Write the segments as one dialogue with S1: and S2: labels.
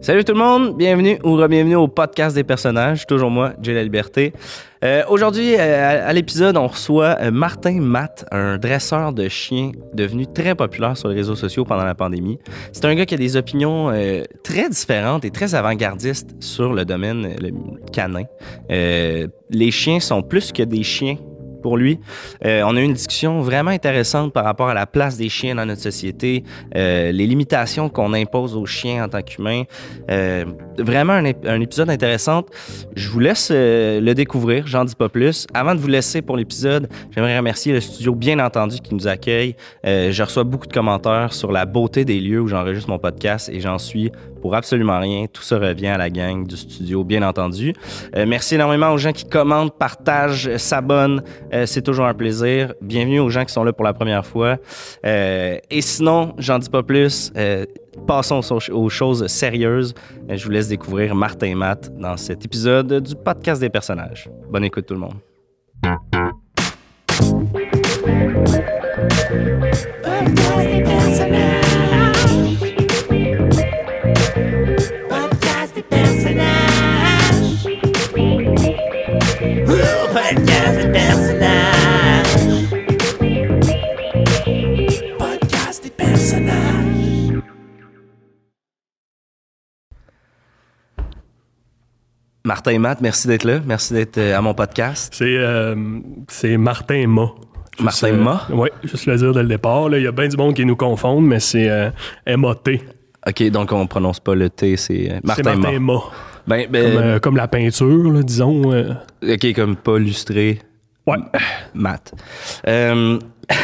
S1: Salut tout le monde, bienvenue ou re-bienvenue au podcast des personnages, toujours moi, Jay La Liberté. Euh, Aujourd'hui, euh, à, à l'épisode, on reçoit euh, Martin Matt, un dresseur de chiens devenu très populaire sur les réseaux sociaux pendant la pandémie. C'est un gars qui a des opinions euh, très différentes et très avant-gardistes sur le domaine euh, le canin. Euh, les chiens sont plus que des chiens pour lui. Euh, on a eu une discussion vraiment intéressante par rapport à la place des chiens dans notre société, euh, les limitations qu'on impose aux chiens en tant qu'humains. Euh, vraiment un, ép- un épisode intéressant. Je vous laisse euh, le découvrir, j'en dis pas plus. Avant de vous laisser pour l'épisode, j'aimerais remercier le studio, bien entendu, qui nous accueille. Euh, je reçois beaucoup de commentaires sur la beauté des lieux où j'enregistre mon podcast et j'en suis pour absolument rien. Tout ça revient à la gang du studio, bien entendu. Euh, merci énormément aux gens qui commentent, partagent, euh, s'abonnent. Euh, c'est toujours un plaisir. Bienvenue aux gens qui sont là pour la première fois. Euh, et sinon, j'en dis pas plus. Euh, passons aux, aux choses sérieuses. Euh, Je vous laisse découvrir Martin Matt dans cet épisode du podcast des personnages. Bonne écoute tout le monde.
S2: Podcast des personnages. Podcast des personnages. Ouh, Podcast des personnages. Podcast des personnages.
S1: Martin Matt, merci d'être là. Merci d'être euh, à mon podcast.
S3: C'est euh, c'est Martin Ma. Juste,
S1: Martin
S3: euh,
S1: Ma?
S3: Oui, juste le dire dès le départ. là. Il y a bien du monde qui nous confondent, mais c'est euh, M-A-T.
S1: OK, donc on prononce pas le T, c'est euh,
S3: C'est
S1: Martin,
S3: Martin
S1: Matt.
S3: Ma.
S1: Ben, ben,
S3: Comme, euh, comme la peinture, là, disons. euh.
S1: OK, comme pas lustré,
S3: Ouais,
S1: Matt. Euh,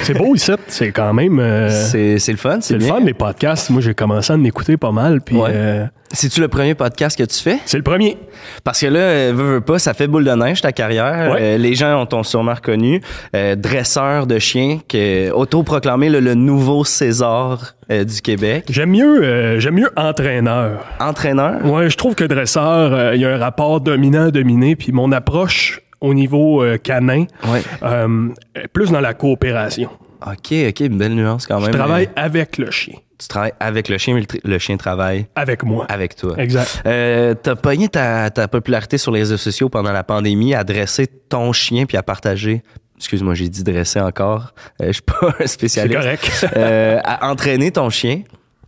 S3: c'est beau ici. C'est quand même. euh, c'est
S1: c'est c'est le fun, c'est
S3: le
S1: bien.
S3: fun, les podcasts. Moi, j'ai commencé à en écouter pas mal. Puis,
S1: Ouais.
S3: euh,
S1: C'est-tu le premier podcast que tu fais?
S3: c'est le premier.
S1: Parce que là, euh, veux, veux pas, ça fait boule de neige ta carrière.
S3: Ouais.
S1: Euh, les gens ont- t'ont sûrement reconnu. Euh, dresseur de chiens, que, euh, autoproclamé le, le nouveau César euh, du Québec.
S3: J'aime mieux, euh, j'aime mieux entraîneur.
S1: Entraîneur.
S3: Ouais, je trouve que dresseur, euh, il y a un rapport dominant-dominé, puis mon approche au niveau euh, canin,
S1: Ouais.
S3: euh, est plus dans la coopération.
S1: OK, OK, une belle nuance quand même.
S3: Je travaille
S1: Euh,
S3: avec le chien,
S1: tu travailles avec le chien, mais le, tri- le chien travaille
S3: avec moi.
S1: avec toi.
S3: Exact.
S1: Euh, T'as pogné ta, ta popularité sur les réseaux sociaux pendant la pandémie à dresser ton chien puis à partager. Excuse-moi, j'ai dit dresser encore. Euh, je suis pas un
S3: C'est
S1: spécialiste.
S3: correct.
S1: Euh, à entraîner ton chien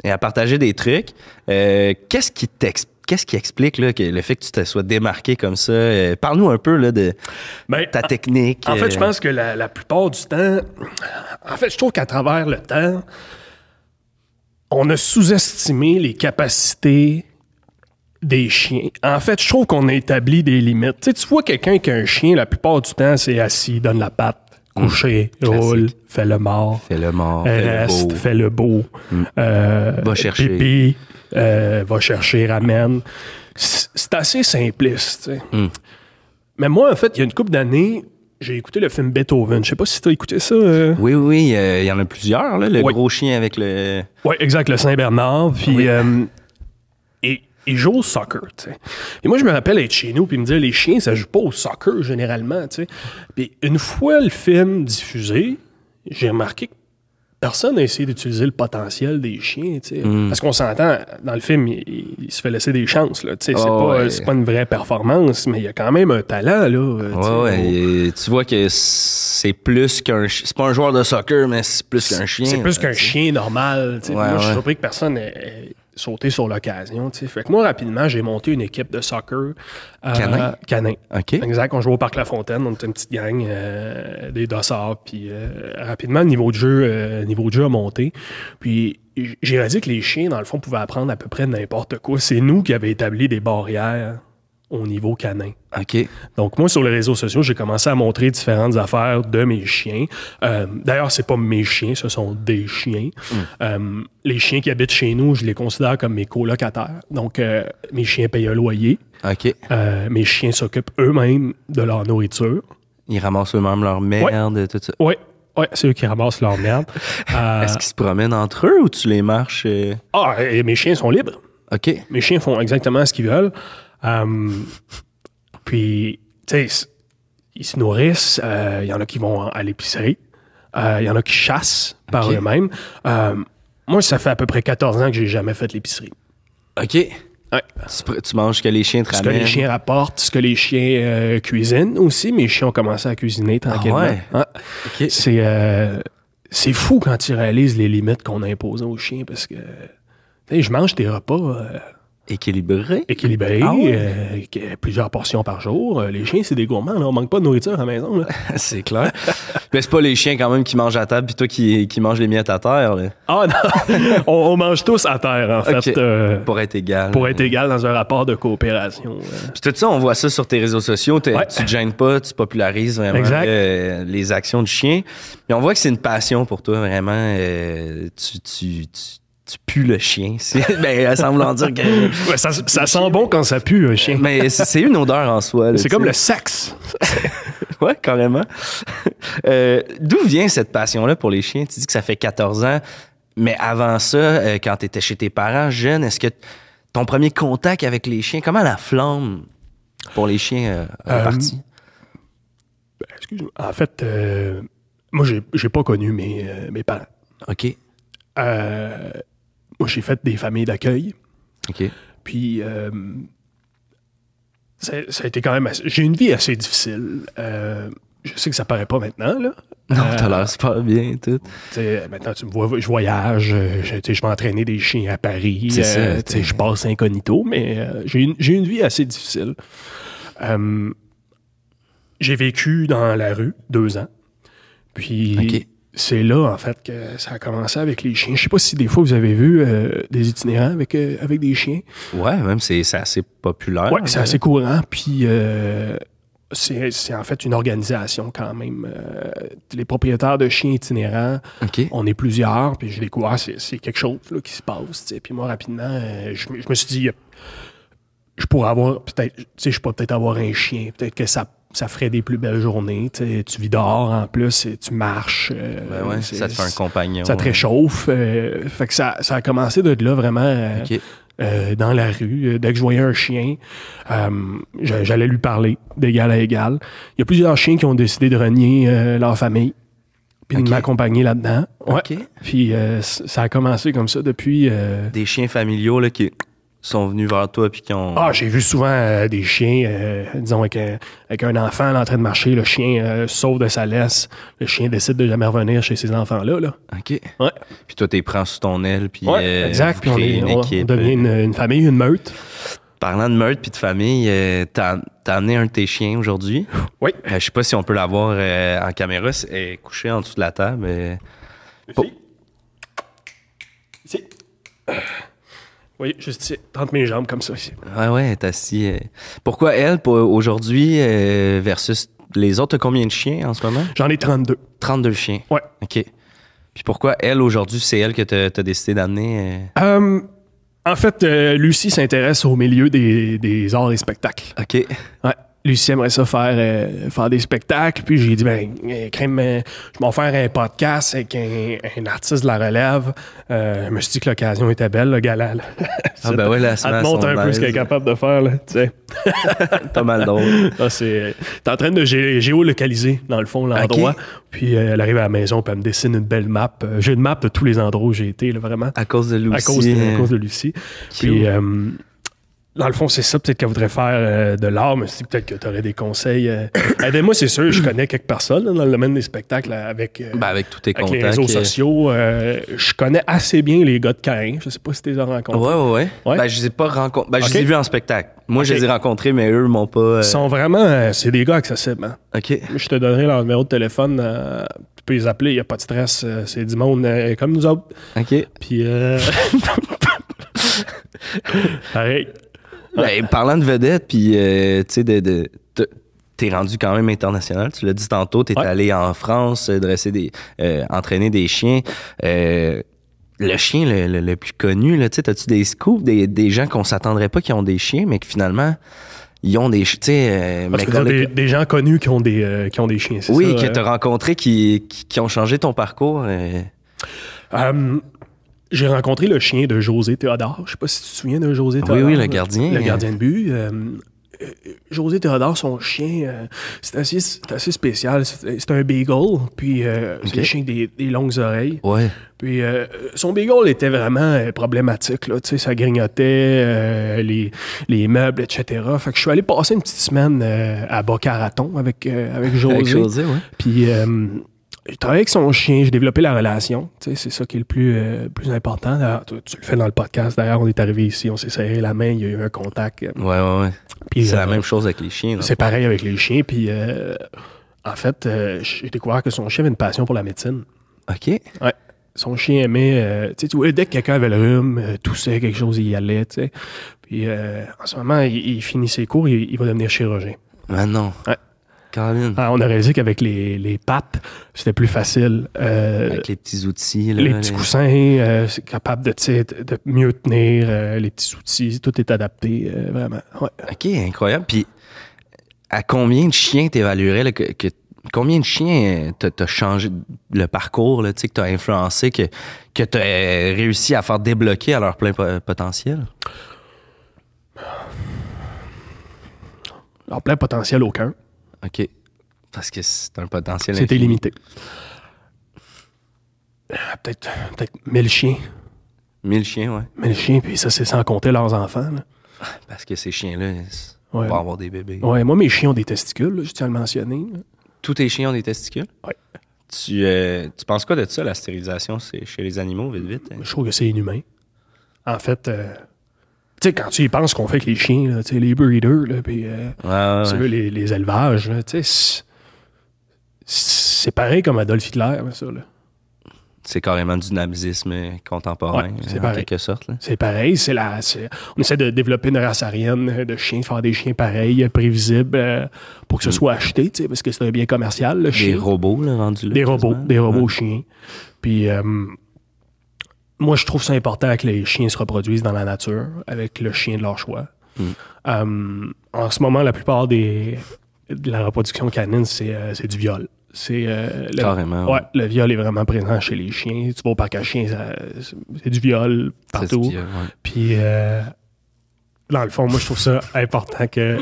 S1: et à partager des trucs. Euh, qu'est-ce qui t'ex- Qu'est-ce qui explique là, que le fait que tu te sois démarqué comme ça? Euh, Parle-nous un peu là, de
S3: Ben,
S1: ta technique.
S3: En fait, je
S1: euh,
S3: pense que la, la plupart du temps, en fait, je trouve qu'à travers le temps, on a sous-estimé les capacités des chiens. En fait, je trouve qu'on a établi des limites. Tu, sais, tu vois quelqu'un qui a un chien, la plupart du temps, c'est assis, donne la patte, couché, roule, fait le mort,
S1: Fais Hmm. le mort, fais le
S3: reste,
S1: beau.
S3: fait le beau, euh,
S1: Mm. Va chercher.
S3: pipi, euh, va chercher, ramène. C- C'est assez simpliste. tu sais.
S1: Mm.
S3: Mais moi, en fait, il y a une couple d'années, j'ai écouté le film Beethoven. Je sais pas si tu as écouté ça. euh.
S1: Oui, oui, oui, euh, il y en a plusieurs. Là, le
S3: Oui.
S1: gros chien avec le.
S3: Oui, exact, le Saint-Bernard. Puis, euh, et, il joue au soccer, tu sais. Et moi, je me rappelle être chez nous, puis me dire, les chiens, ça joue pas au soccer, généralement, tu sais. Puis une fois le film diffusé, j'ai remarqué que personne n'a essayé d'utiliser le potentiel des chiens, tu sais.
S1: Hmm.
S3: Parce qu'on s'entend, dans le film, il, il- il se fait laisser des chances, là, tu sais. C'est
S1: Oh,
S3: pas,
S1: ouais.
S3: c'est pas une vraie performance, mais il y a quand même un talent, là. euh, tu sais,
S1: Ouais, ouais,
S3: au-
S1: et tu vois que c'est plus qu'un. chi- C'est pas un joueur de soccer, mais c'est plus qu'un chien.
S3: C'est plus
S1: là,
S3: qu'un
S1: tu sais.
S3: chien normal. tu sais.
S1: Ouais,
S3: moi, je
S1: ouais.
S3: suis surpris que personne ait, ait sauté sur l'occasion. tu sais. Fait que moi, rapidement, j'ai monté une équipe de soccer. euh,
S1: Canin?
S3: Canin.
S1: OK.
S3: Exact. On jouait au Parc La Fontaine. On était une petite gang, euh, des dossards. Puis euh, rapidement, le niveau de jeu, euh, niveau de jeu a monté. Puis j- j'ai réalisé que les chiens, dans le fond, pouvaient apprendre à peu près n'importe quoi. C'est nous qui avions établi des barrières au niveau canin.
S1: OK.
S3: Donc, moi, sur les réseaux sociaux, j'ai commencé à montrer différentes affaires de mes chiens. Euh, D'ailleurs, c'est pas mes chiens, ce sont des chiens. Euh, les chiens qui habitent chez nous, je les considère comme mes colocataires. Donc, euh, mes chiens payent un loyer.
S1: OK.
S3: Euh, mes chiens s'occupent eux-mêmes de leur nourriture.
S1: Ils ramassent eux-mêmes leur merde, tout ça.
S3: Oui, ouais, c'est eux qui ramassent leur merde. Euh,
S1: Est-ce qu'ils se promènent entre eux ou tu les marches? euh?
S3: ah, et mes chiens sont libres.
S1: OK.
S3: Mes chiens font exactement ce qu'ils veulent. Euh, puis, tu sais, ils se nourrissent. euh, Il y en a qui vont à l'épicerie. Euh, Il y en a qui chassent par
S1: Ok.
S3: eux-mêmes. Euh, moi, ça fait à peu près 14 ans que j'ai jamais fait de l'épicerie.
S1: OK.
S3: Ouais.
S1: Tu, pr- tu manges ce que les chiens te
S3: Ce que
S1: ramènent.
S3: les chiens rapportent, ce que les chiens euh, cuisinent aussi. Mes chiens ont commencé à cuisiner tranquillement.
S1: Ah
S3: Ah,
S1: ouais? Ok.
S3: C'est euh, c'est fou quand ils réalisent les limites qu'on a imposées aux chiens parce que tu sais, je mange des repas euh,
S1: Équilibré.
S3: équilibrés,
S1: Ah ouais?
S3: euh, que- plusieurs portions par jour. Euh, Les chiens, c'est des gourmands. Là. On manque pas de nourriture à la maison. là.
S1: c'est clair. Mais c'est pas les chiens quand même qui mangent à table puis toi qui, qui manges les miettes à terre, là,
S3: Ah non! on, on mange tous à terre, en fait,
S1: Ok.
S3: euh,
S1: pour être égal.
S3: pour être égal dans un rapport de coopération. euh.
S1: Puis tout ça, on voit ça sur tes réseaux sociaux. t'es-
S3: Ouais.
S1: Tu te gênes pas, tu popularises vraiment
S3: Exact.
S1: euh, les actions de chien. Et on voit que c'est une passion pour toi, vraiment. euh, tu, tu, tu, tu pues le chien. c'est- ben, euh, semblant dire que.
S3: Ouais, ça, ça sent bon quand ça pue, un chien.
S1: Mais c'est c'est une odeur en soi. là, tu
S3: C'est comme
S1: sais.
S3: le sexe.
S1: Ouais, carrément. Euh, D'où vient cette passion-là pour les chiens? Tu dis que ça fait 14 ans, mais avant ça, euh, quand tu étais chez tes parents jeune, est-ce que t- ton premier contact avec les chiens, comment la flamme pour les chiens euh, est
S3: Euh,
S1: partie?
S3: Excuse-moi. En fait, euh, moi, j'ai j'ai pas connu mes, euh, mes parents.
S1: OK.
S3: Euh, moi, j'ai fait des familles d'accueil.
S1: OK.
S3: Puis, euh, ça, ça a été quand même. assez- J'ai une vie assez difficile. Euh, je sais que ça paraît pas maintenant, là.
S1: Non, t'as
S3: Euh,
S1: l'air super bien et tout.
S3: Tu sais, maintenant, tu me vois, je voyage, euh, je, tu sais, je vais entraîner des chiens à Paris.
S1: C'est ça,
S3: euh, tu sais,
S1: t'es-
S3: je passe incognito, mais euh, j'ai une, j'ai une vie assez difficile. Euh, j'ai vécu dans la rue deux ans. Puis
S1: Ok.
S3: c'est là, en fait, que ça a commencé avec les chiens. Je sais pas si des fois vous avez vu euh, des itinérants avec, euh, avec des chiens.
S1: Ouais, même c'est c'est assez populaire. hein.
S3: Ouais, c'est assez courant. Puis euh, c'est c'est en fait une organisation quand même. Euh, les propriétaires de chiens itinérants,
S1: OK.
S3: on est plusieurs, puis j'ai découvert c'est c'est quelque chose là, qui se passe. tu sais. Puis moi, rapidement, euh, je, me- je me suis dit, euh, je pourrais avoir, peut-être, tu sais, je pourrais peut-être avoir un chien. Peut-être que ça, ça ferait des plus belles journées. tu sais. Tu vis dehors en plus, et tu marches. euh,
S1: Ben ouais, ça te fait un
S3: c'est-
S1: compagnon.
S3: ça te réchauffe. euh, fait que ça, ça a commencé de là vraiment euh,
S1: Ok.
S3: euh, dans la rue. Euh, Dès que je voyais un chien, euh, j'a- j'allais lui parler d'égal à égal. Il y a plusieurs chiens qui ont décidé de renier euh, leur famille puis
S1: Ok.
S3: de m'accompagner là-dedans. Ouais.
S1: Ok.
S3: Puis euh, c- ça a commencé comme ça depuis. euh,
S1: Des chiens familiaux là, qui sont venus vers toi puis qui ont.
S3: ah, j'ai vu souvent euh, des chiens, euh, disons, avec, un- avec un enfant là, en train de marcher, le chien euh, sauve de sa laisse, le chien décide de jamais revenir chez ces enfants-là. Là.
S1: OK.
S3: Ouais.
S1: Puis toi, t'es prends sous ton aile puis.
S3: Ouais,
S1: euh,
S3: exact.
S1: vous
S3: Puis on,
S1: créez
S3: est-
S1: une
S3: on- on
S1: équipe. euh.
S3: devient une, une famille, une meute.
S1: Parlant de meurtre puis de famille, euh, t'as t'as amené un de tes chiens aujourd'hui.
S3: Oui.
S1: Euh, je sais pas si on peut l'avoir euh, en caméra. C'est elle est couchée en dessous de la table. euh. Pour-
S3: Ici. Oui, juste ici. Tente mes jambes comme ça ici.
S1: Ouais, ouais, elle est assise. euh. Pourquoi elle pour aujourd'hui euh, versus les autres? T'as combien de chiens en ce moment?
S3: J'en ai 32.
S1: 32 chiens.
S3: Ouais.
S1: OK. Puis pourquoi elle aujourd'hui, c'est elle que t'as t'as décidé d'amener? euh?
S3: Euh, en fait, euh, Lucie s'intéresse au milieu des, des arts et spectacles.
S1: OK.
S3: Ouais. Lucie aimerait ça faire, euh, faire des spectacles. Puis j'ai dit, ben, euh, crème, euh, je vais m'en faire un podcast avec un, un artiste de la relève. Euh, je me suis dit que l'occasion était belle, le gala. là.
S1: Ah, ben ouais, la
S3: Elle
S1: semaine.
S3: te montre un peu ce qu'elle est capable de faire, là, tu sais.
S1: Pas mal drôle.
S3: Ah, c'est... T'es en train de gé- géolocaliser, dans le fond, l'endroit.
S1: Ok.
S3: Puis euh, elle arrive à la maison, puis elle me dessine une belle map. Euh, j'ai une map de tous les endroits où j'ai été, là, vraiment.
S1: À cause de Lucie.
S3: À cause, de, à
S1: euh,
S3: cause de Lucie. Puis, euh, dans le fond, c'est ça. Peut-être qu'elle voudrait faire euh, de l'art, mais si peut-être que tu aurais des conseils. euh. Aide-moi, c'est sûr, je connais quelques personnes là, dans le domaine des spectacles euh, avec, euh,
S1: Ben, avec tous tes
S3: avec
S1: contacts.
S3: les réseaux
S1: euh,
S3: sociaux. euh, je connais assez bien les gars de Cain. Je sais pas si tu les as rencontrés.
S1: Ouais, ouais, ouais.
S3: Ouais.
S1: Ben, je les ai pas rencontrés. Ben, je
S3: Ok.
S1: les ai vus en spectacle. Moi, je
S3: Ok.
S1: les ai rencontrés, mais eux m'ont pas. euh,
S3: Ils sont vraiment... euh, c'est des gars accessibles. hein.
S1: OK.
S3: Je te donnerai leur numéro de téléphone. euh, tu peux les appeler, il n'y a pas de stress. euh, c'est du monde euh, comme nous autres.
S1: OK. Ben,
S3: Puis. euh, Pareil.
S1: Ben, parlant de vedette, puis, euh, tu sais, de. de- te- T'es rendu quand même international. Tu l'as dit tantôt, t'es
S3: Ouais.
S1: allé en France euh, dresser des, euh, entraîner des chiens. Euh, le chien le, le- le plus connu, là, tu sais, t'as-tu des scoops, des, des gens qu'on s'attendrait pas qui ont des chiens, mais que finalement, ils ont des chiens. Tu sais, euh,
S3: Parce que
S1: Macaulay-
S3: des, des gens connus qui ont des, euh, qui ont des chiens, c'est
S1: Oui,
S3: ça,
S1: que
S3: euh?
S1: t'as rencontrés qui, qui, qui ont changé ton parcours. euh,
S3: Euh, J'ai rencontré le chien de José Théodore. Je sais pas si tu te souviens de José Théodore.
S1: oui, le gardien.
S3: Le gardien de but. Euh, euh, José Théodore, son chien, euh, c'est assez, c'est assez spécial. C'est c'est un beagle, puis euh, c'est un chien avec des, des longues oreilles.
S1: Ouais.
S3: Puis euh, son beagle était vraiment euh, problématique, là, tu sais, ça grignotait euh, les, les meubles, etc. Fait que je suis allé passer une petite semaine euh, à Bocaraton avec, euh, avec José.
S1: Avec José, ouais.
S3: Puis euh, j'ai travaillé avec son chien, j'ai développé la relation. Tu sais, c'est ça qui est le plus, euh, plus important. D'ailleurs, tu, tu le fais dans le podcast. D'ailleurs, on est arrivé ici, on s'est serré la main, il y a eu un contact. Euh,
S1: Ouais, ouais, ouais.
S3: Puis,
S1: c'est
S3: euh,
S1: la même chose avec les chiens. là.
S3: C'est pareil avec les chiens. Puis euh, en fait, euh, j'ai découvert que son chien avait une passion pour la médecine.
S1: OK.
S3: Ouais. Son chien aimait. euh, tu sais, tu vois, dès que quelqu'un avait le rhume, euh, toussait, quelque chose, il y allait. tu sais. Puis euh, en ce moment, il, il finit ses cours, il, il va devenir chirurgien.
S1: Ben non.
S3: Ouais.
S1: Colin,
S3: Ah, on a réalisé qu'avec les, les pattes, c'était plus facile. euh,
S1: avec les petits outils. Là,
S3: les petits coussins, euh, c'est capable de, tu sais, de de mieux tenir, euh, les petits outils, tout est adapté, euh, vraiment. Ouais.
S1: OK, incroyable. Puis, à combien de chiens t'évaluerais? là, que, que- combien de chiens euh, t'as t'as changé le parcours, là, tu sais, que t'as influencé, que, que t'as euh, réussi à faire débloquer à leur plein po- potentiel?
S3: Alors, plein potentiel, aucun.
S1: OK. Parce que c'est un potentiel
S3: C'était
S1: infini.
S3: limité. Ah, Peut-être peut 1000 chiens.
S1: 1000 chiens, ouais.
S3: 1000 chiens, puis ça, c'est sans compter leurs enfants. là.
S1: Parce que ces chiens-là, ils
S3: Ouais.
S1: vont avoir des bébés.
S3: Ouais, moi, mes chiens ont des testicules, là, je tiens à le mentionner. là.
S1: Tous tes chiens ont des testicules?
S3: Ouais.
S1: Tu, euh, tu penses quoi de ça, la stérilisation c'est chez les animaux, vite, vite? hein?
S3: Je trouve que c'est inhumain. En fait, euh, tu sais, quand tu y penses qu'on fait avec les chiens, là, tu sais, les breeders, là, puis.
S1: Ouais,
S3: euh,
S1: ouais,
S3: Tu
S1: ouais.
S3: veux, les, les élevages, là, tu sais, c'est- c'est pareil comme Adolf Hitler, ça. là.
S1: C'est carrément du dynamisme euh, contemporain,
S3: Ouais, c'est
S1: euh, en
S3: pareil.
S1: quelque sorte. là.
S3: C'est pareil, c'est la. c'est- On essaie de développer une race arienne euh, de chiens, faire des chiens pareils, euh, prévisibles, euh, pour que ce soit acheté, tu sais, parce que c'est un bien commercial, le
S1: Mm. Des
S3: chien.
S1: robots, là, rendus là.
S3: Des robots,
S1: quasiment.
S3: des robots chiens. Puis euh, moi, je trouve ça important que les chiens se reproduisent dans la nature avec le chien de leur choix.
S1: Mm.
S3: Euh, en ce moment, la plupart des de la reproduction canine, c'est euh, c'est du viol. C'est euh, le-
S1: Carrément,
S3: Ouais,
S1: ouais.
S3: le viol est vraiment présent chez les chiens. Tu vas au parc à chiens, ça- c'est du viol
S1: Ça se
S3: partout.
S1: dit, euh, ouais.
S3: Puis, euh, dans le fond, moi, je trouve ça important que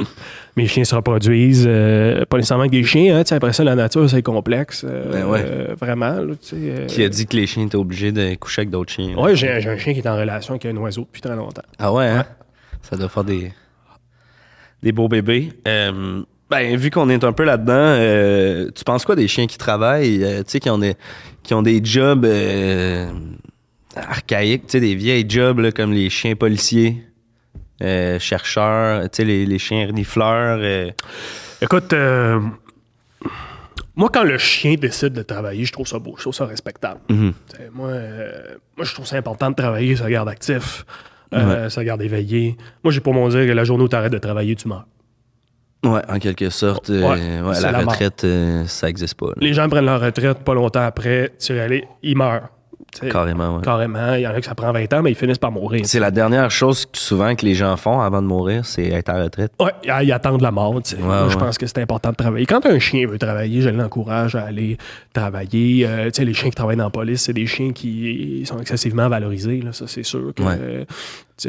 S3: mes chiens se reproduisent. euh, pas nécessairement que des chiens, hein, tu sais, après ça, la nature, c'est complexe. euh,
S1: Ben ouais.
S3: euh, vraiment, là, tu sais. euh,
S1: Qui a dit que les chiens étaient obligés de coucher avec d'autres chiens? là.
S3: Ouais, j'ai j'ai un chien qui est en relation avec un oiseau depuis très longtemps.
S1: Ah ouais, hein? Ça doit faire des, des beaux bébés. Euh, ben, vu qu'on est un peu là-dedans, euh, tu penses quoi des chiens qui travaillent, euh, tu sais, qui ont des, qui ont des jobs euh, archaïques, tu sais, des vieilles jobs là, comme les chiens policiers, euh, chercheurs, tu sais, les, les chiens renifleurs. euh.
S3: Écoute, euh, moi, quand le chien décide de travailler, je trouve ça beau, je trouve ça respectable.
S1: Mhm.
S3: Tu sais, Moi, euh, moi, je trouve ça important de travailler, ça garde actif, euh, ça garde éveillé. Moi, j'ai pour mon dire que la journée où tu arrêtes de travailler, tu meurs.
S1: Ouais, en quelque sorte, euh,
S3: Ouais,
S1: ouais,
S3: c'est
S1: la,
S3: la mort.
S1: retraite, euh, ça n'existe pas. là.
S3: Les gens prennent leur retraite pas longtemps après, tu réalises, ils meurent. Tu sais,
S1: Carrément, ouais.
S3: Carrément. Il y en a que ça prend 20 ans, mais ils finissent par mourir.
S1: C'est la dernière chose que, souvent que les gens font avant de mourir, c'est être à la retraite.
S3: Ouais, ils attendent la mort. tu sais. Moi, je
S1: ouais.
S3: pense que c'est important de travailler. Quand un chien veut travailler, je l'encourage à aller travailler. Euh, tu sais, les chiens qui travaillent dans la police, c'est des chiens qui sont excessivement valorisés. là. ça, c'est sûr. que,
S1: Ouais.
S3: euh, tu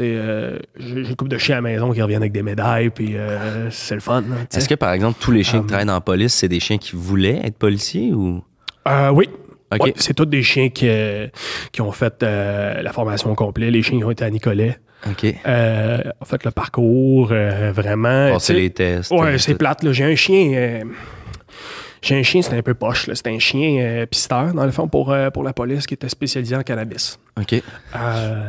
S3: sais, euh, J'ai j'ai une couple de chiens à la maison qui reviennent avec des médailles, puis euh, c'est le fun. là, tu sais.
S1: Est-ce que, par exemple, tous les chiens
S3: Ah,
S1: qui travaillent dans la police, c'est des chiens qui voulaient être policiers ou.
S3: Euh, oui.
S1: Ok.
S3: Ouais, c'est tous des chiens qui, euh, qui ont fait euh, la formation au complet, les chiens qui ont été à Nicolet.
S1: OK.
S3: Euh, en fait, le parcours, euh, vraiment.
S1: Passer
S3: tu sais,
S1: les tests.
S3: Ouais,
S1: euh,
S3: c'est
S1: tout.
S3: plate. là. J'ai un chien. euh, J'ai un chien, c'était un peu poche. là. C'était un chien euh, pisteur, dans le fond, pour, euh, pour la police qui était spécialisé en cannabis.
S1: OK.
S3: Euh,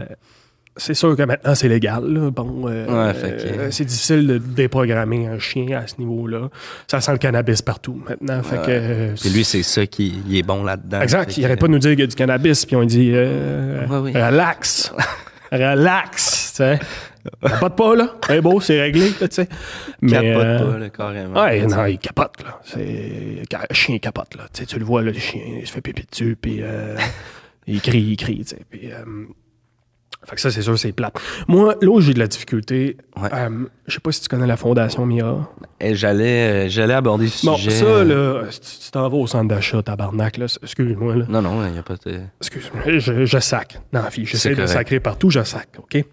S3: c'est sûr que maintenant, c'est légal. là. Bon, euh,
S1: Ouais, fait que-
S3: euh, c'est difficile de déprogrammer un chien à ce niveau-là. Ça sent le cannabis partout maintenant. Fait que, euh,
S1: Puis lui, c'est ça qui il est bon là-dedans.
S3: Exact.
S1: Fait
S3: Il
S1: que-
S3: arrête pas de nous dire qu'il y a du cannabis, puis on dit euh,
S1: Ouais, oui.
S3: relax, relax. tu sais. Capote pas, là. C'est beau, c'est réglé, là, tu sais.
S1: Il
S3: Mais,
S1: capote
S3: euh,
S1: pas, là, carrément.
S3: Ouais, non, il capote, là. C'est... Le chien capote, là. Tu sais, tu le vois, là, le chien, il se fait pipi dessus, puis euh, il crie, il crie, tu sais. Puis, euh, Fait que ça, c'est sûr, c'est plate. Moi, là où j'ai de la difficulté,
S1: Ouais.
S3: euh, je sais pas si tu connais la Fondation Mira.
S1: Et J'allais euh, j'allais aborder ce
S3: Bon,
S1: sujet. euh,
S3: ça, là, si tu tu t'en vas au centre d'achat, tabarnak, là. Excuse-moi, là.
S1: Non, non, il n'y a pas de.
S3: Excuse-moi, je, je sac dans la vie. J'essaie
S1: C'est
S3: de
S1: correct.
S3: sacrer partout, je sac, OK?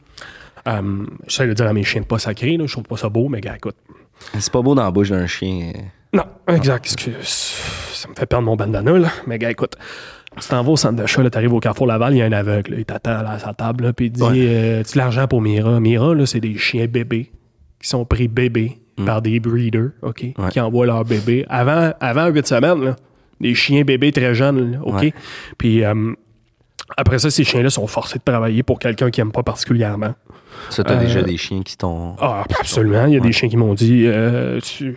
S3: Euh, J'essaie de le dire à mes chiens de pas sacrer, là, je trouve pas ça beau, mais gars, écoute.
S1: C'est pas beau dans la bouche d'un chien. euh.
S3: Non, exact. Excuse. Ça me fait perdre mon bandana, là. Mais gars, écoute, tu t'en vas au centre d'achat, là, t'arrives au Carrefour Laval, il y a un aveugle, là, il t'attend là, à sa table, là, puis il dit
S1: Ouais.
S3: euh, Tu l'argent pour Mira Mira, là, c'est des chiens bébés qui sont pris bébés
S1: Mm.
S3: par des breeders, OK, qui envoient leurs bébés. Avant, avant 8 semaines, là, des chiens bébés très jeunes, là, OK.
S1: Ouais.
S3: Puis euh, après ça, ces chiens-là sont forcés de travailler pour quelqu'un qui aime pas particulièrement.
S1: Ça, t'as
S3: Euh,
S1: déjà des chiens qui t'ont.
S3: Ah, absolument. Il y a des chiens qui m'ont dit euh, tu-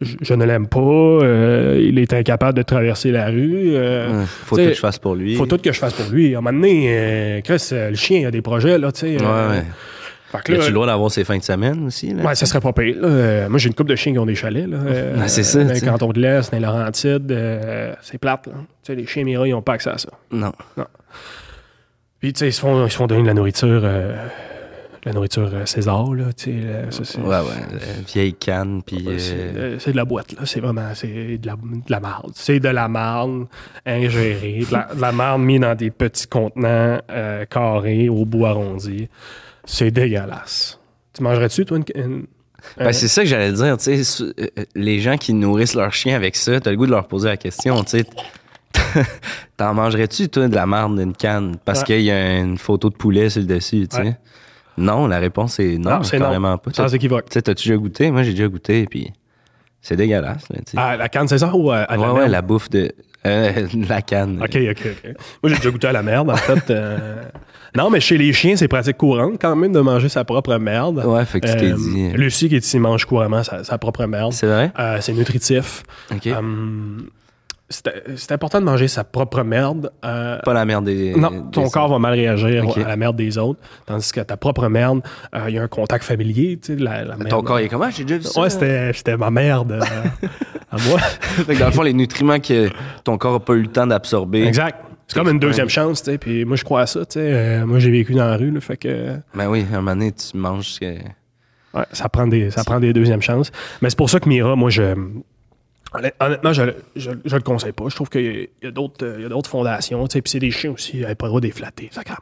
S3: je, je ne l'aime pas, euh, il est incapable de traverser la rue. euh,
S1: Hein, Faut
S3: tu
S1: tout
S3: sais,
S1: que je fasse pour lui.
S3: Faut tout que je fasse pour lui. À un moment donné, euh, Chris, euh, le chien, il a des projets, là, tu sais.
S1: Ouais,
S3: euh,
S1: ouais.
S3: fait que
S1: Là,
S3: là,
S1: tu hein? dois d'avoir ses fins de semaine aussi. Là.
S3: Ouais, ça serait pas pire. là. Euh, moi, j'ai une couple de chiens qui ont des chalets. Là, euh,
S1: Ah, c'est ça,
S3: Dans le
S1: tu sais.
S3: canton de l'Est, dans les Laurentides, euh, c'est plate. Là. Tu sais, les chiens Mira, ils n'ont pas accès à ça.
S1: Non.
S3: Puis, tu sais, ils, se font- ils se font donner de la nourriture, euh, de la nourriture euh, César, là, tu sais. là, ça, c'est-
S1: Ouais, ouais. euh, vieille canne, puis.
S3: C'est
S1: euh,
S3: euh, c'est de la boîte, là. C'est vraiment c'est de la, de la marde. C'est de la marde ingérée, de la, de la marde mise dans des petits contenants euh, carrés au bout arrondi. C'est dégueulasse. Tu mangerais-tu, toi, une. une- Euh,
S1: ben, c'est ça que j'allais dire. Tu sais, su- euh, euh, les gens qui nourrissent leurs chiens avec ça, t'as le goût de leur poser la question. Tu sais, t'en mangerais-tu, toi, de la marde d'une canne? Parce
S3: Ouais.
S1: qu'il y a une photo de poulet sur le dessus, tu sais.
S3: Ouais.
S1: Non, la réponse est non,
S3: c'est
S1: carrément pas. Tu
S3: Sans
S1: sais,
S3: équivoque.
S1: t'as-tu déjà goûté? Moi, j'ai déjà goûté, puis c'est dégueulasse. Là, tu sais.
S3: Ah, la canne César ou à, à de
S1: ouais,
S3: la
S1: ouais,
S3: merde?
S1: la bouffe de. euh, de la canne.
S3: OK, OK, OK. Moi, j'ai déjà goûté à la merde, en fait. euh, Non, mais chez les chiens, c'est pratique courante quand même de manger sa propre merde. Euh,
S1: Ouais, fait que tu t'es dit- euh,
S3: Lucie qui est ici mange couramment sa, sa propre merde.
S1: C'est vrai?
S3: Euh, c'est nutritif.
S1: OK. Hum.
S3: Euh, c'est c'est important de manger sa propre merde. euh,
S1: pas la merde des.
S3: non, ton
S1: des-
S3: corps va mal réagir
S1: Ok.
S3: à la merde des autres, tandis que ta propre merde, euh, il y a un contact familier, tu sais, la, la merde.
S1: Ton corps, il est comment? J'ai déjà vu ça.
S3: Ouais, c'était c'était ma merde euh, à moi.
S1: Fait que dans le fond, les nutriments que ton corps n'a pas eu le temps d'absorber.
S3: Exact. C'est comme une deuxième chance, tu sais, puis moi je crois à ça, tu sais. euh, moi j'ai vécu dans la rue, là, fait que
S1: Ben oui, à un moment donné, tu manges. ce que-
S3: ouais, ça prend des ça prend des deuxièmes chances. Mais c'est pour ça que Mira, moi je honnêt- honnêtement je, je, je le conseille pas. Je trouve qu'il y a- il y a, d'autres euh, il y a d'autres fondations, tu sais, puis c'est des chiens aussi, elle pas le droit de les flatter, sacrément.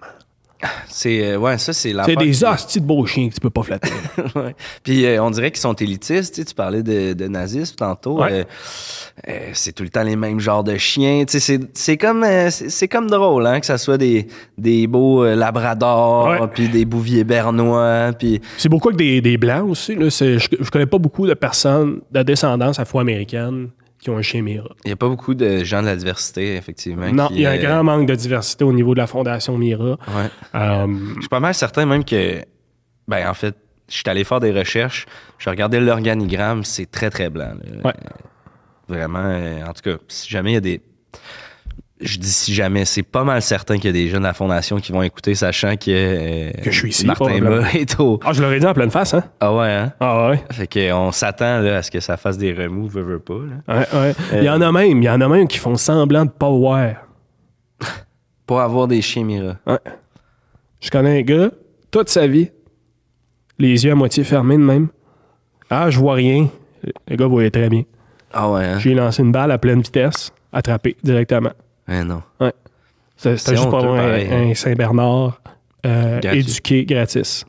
S1: C'est. euh, ouais, ça, c'est la.
S3: C'est des hosties de beaux chiens que tu peux pas flatter.
S1: Ouais. Puis euh, on dirait qu'ils sont élitistes. tu sais, Tu parlais de, de nazisme tantôt.
S3: Ouais.
S1: Euh, euh, c'est tout le temps les mêmes genres de chiens. Tu sais, c'est- c'est comme, euh, c'est c'est comme drôle hein, que ça soit des, des beaux euh, labradors,
S3: Ouais.
S1: puis des bouviers bernois. Puis
S3: c'est beaucoup avec des, des blancs aussi là, c'est- je, je connais pas beaucoup de personnes de descendance afro-américaine qui ont un chien Mira.
S1: il n'y a pas beaucoup de gens de la diversité, effectivement.
S3: Non,
S1: qui,
S3: il y a un
S1: euh,
S3: grand manque de diversité au niveau de la fondation Mira.
S1: ouais.
S3: Euh,
S1: Je suis pas mal certain même que, ben en fait, je suis allé faire des recherches, je regardais l'organigramme, c'est très très blanc. là.
S3: Ouais.
S1: Vraiment, euh, en tout cas, si jamais il y a des... Je dis si jamais, c'est pas mal certain qu'il y a des jeunes de la Fondation qui vont écouter, sachant que, euh,
S3: Que je suis ici,
S1: Martin
S3: probablement.
S1: Bas est au...
S3: Ah, je l'aurais dit en pleine face, hein?
S1: Ah ouais, hein?
S3: Ah ouais.
S1: Fait qu'on s'attend là, à ce que ça fasse des remous, veut, veut pas. là.
S3: ouais, ouais.
S1: Euh.
S3: Il y en a même, il y en a même qui font semblant de pas voir.
S1: Pour avoir des chiens Mira.
S3: Je connais un gars, toute sa vie, les yeux à moitié fermés de même. Ah, je vois rien. Le gars voyait très bien.
S1: Ah ouais, hein?
S3: J'ai lancé une balle à pleine vitesse, attrapé directement.
S1: Ouais, non.
S3: Ouais. C'est- C'était
S1: C'est
S3: juste pour
S1: honteux,
S3: avoir
S1: pareil,
S3: un,
S1: hein.
S3: un Saint-Bernard euh,
S1: Gratuit.
S3: éduqué gratis.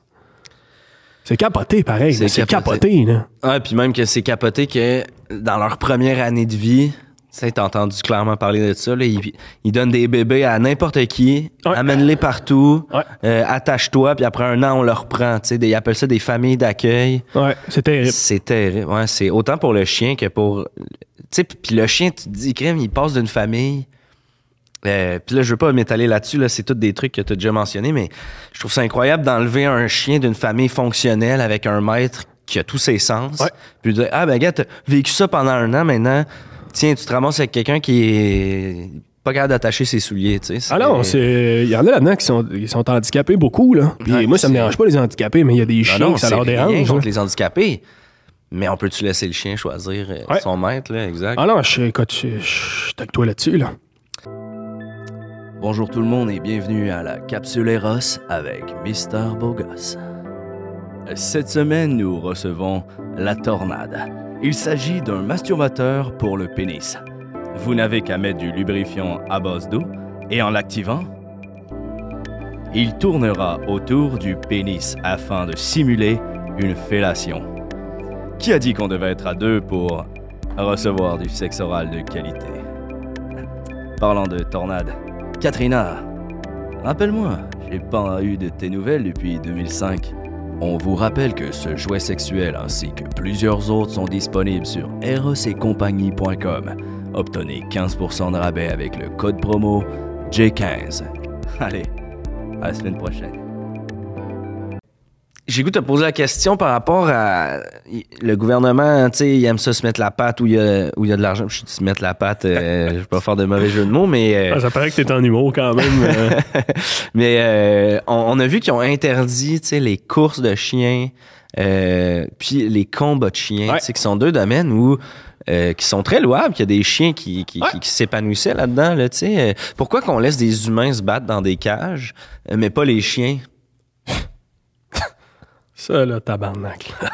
S3: C'est capoté, pareil.
S1: C'est
S3: mais C'est
S1: capoté.
S3: capoté. là.
S1: Ah, puis même que c'est capoté que dans leur première année de vie, tu sais, t'as entendu clairement parler de ça, là, ils, ils donnent des bébés à n'importe qui,
S3: Ouais.
S1: amène-les partout,
S3: Ouais.
S1: euh, attache-toi, puis après un an, on le reprend. tu sais, des- Ils appellent ça des familles d'accueil.
S3: Ouais, c'est terrible.
S1: C'est terrible. Ouais, c'est autant pour le chien que pour. Tu sais, puis puis le chien, tu te dis, crème, il passe d'une famille. Euh, puis là, je veux pas m'étaler là-dessus, là, c'est tous des trucs que tu as déjà mentionnés, mais je trouve ça incroyable d'enlever un chien d'une famille fonctionnelle avec un maître qui a tous ses sens.
S3: Ouais.
S1: Puis de dire, ah ben gars, t'as vécu ça pendant un an maintenant, tiens, tu te ramasses avec quelqu'un qui est pas capable d'attacher ses souliers, tu sais. c'est-
S3: Ah non, c'est- il y en a là-dedans qui sont, qui sont handicapés beaucoup. Là. Puis
S1: Ouais,
S3: moi, ça me
S1: c'est-
S3: dérange pas les handicapés, mais il y a des
S1: Ah
S3: chiens
S1: non,
S3: que ça
S1: c'est
S3: leur
S1: rien
S3: dérange. hein.
S1: contre
S3: là.
S1: les handicapés. Mais on peut-tu laisser le chien choisir euh,
S3: Ouais.
S1: son maître, là, exact?
S3: Ah non, je suis écoute, je- je- je suis avec toi là-dessus. Là.
S1: Bonjour tout le monde et bienvenue à la Capsule Eros avec Mister Bogos. Cette semaine, nous recevons la Tornade. Il s'agit d'un masturbateur pour le pénis. Vous n'avez qu'à mettre du lubrifiant à base d'eau et en l'activant, Il tournera autour du pénis afin de simuler une fellation. Qui a dit qu'on devait être à deux pour recevoir du sexe oral de qualité Parlant de tornade, Katrina, rappelle-moi, j'ai pas eu de tes nouvelles depuis 2005. On vous rappelle que ce jouet sexuel ainsi que plusieurs autres sont disponibles sur E erosetcompagnie.com. Obtenez 15% de rabais avec le code promo J15. Allez, à la semaine prochaine. J'ai goût de te poser la question par rapport à y- le gouvernement, tu sais, il aime ça se mettre la patte où il y a, où il y a de l'argent. Je dis se mettre la patte, euh, je vais pas faire de mauvais jeu de mots, mais euh,
S3: Ah, ça paraît que t'es en humour quand même. euh.
S1: mais euh, on, on a vu qu'ils ont interdit tu sais, les courses de chiens, euh, puis les combats de chiens,
S3: Ouais.
S1: tu sais, qui sont deux domaines où euh, qui sont très louables, qu'il y a des chiens qui, qui,
S3: Ouais.
S1: qui- qui s'épanouissaient là-dedans. Là, tu sais. Euh, Pourquoi qu'on laisse des humains se battre dans des cages, euh, mais pas les chiens?
S3: ça, là, tabarnak. là.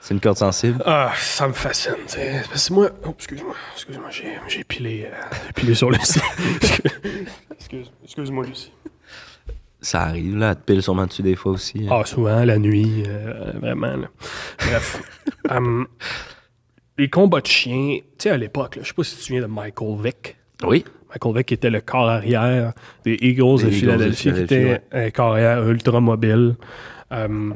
S1: C'est une corde sensible.
S3: Ah, ça me fascine. tu sais. Parce que moi. Oh, excuse-moi, excuse-moi, j'ai, j'ai pilé, euh, j'ai pilé sur Lucie. Excuse, excuse-moi, Lucie.
S1: Ça arrive, là, elle te pile sûrement dessus des fois aussi. hein.
S3: Ah, souvent, la nuit, euh, vraiment. là. Bref. Hum, les combats de chiens, tu sais, à l'époque, là, je sais pas si tu te souviens de Michael Vick.
S1: Oui.
S3: Michael Vick était le corps arrière des Eagles
S1: Des
S3: de
S1: Eagles de
S3: Philadelphie, qui était
S1: Philadelphie,
S3: un corps arrière ultra mobile. Hum,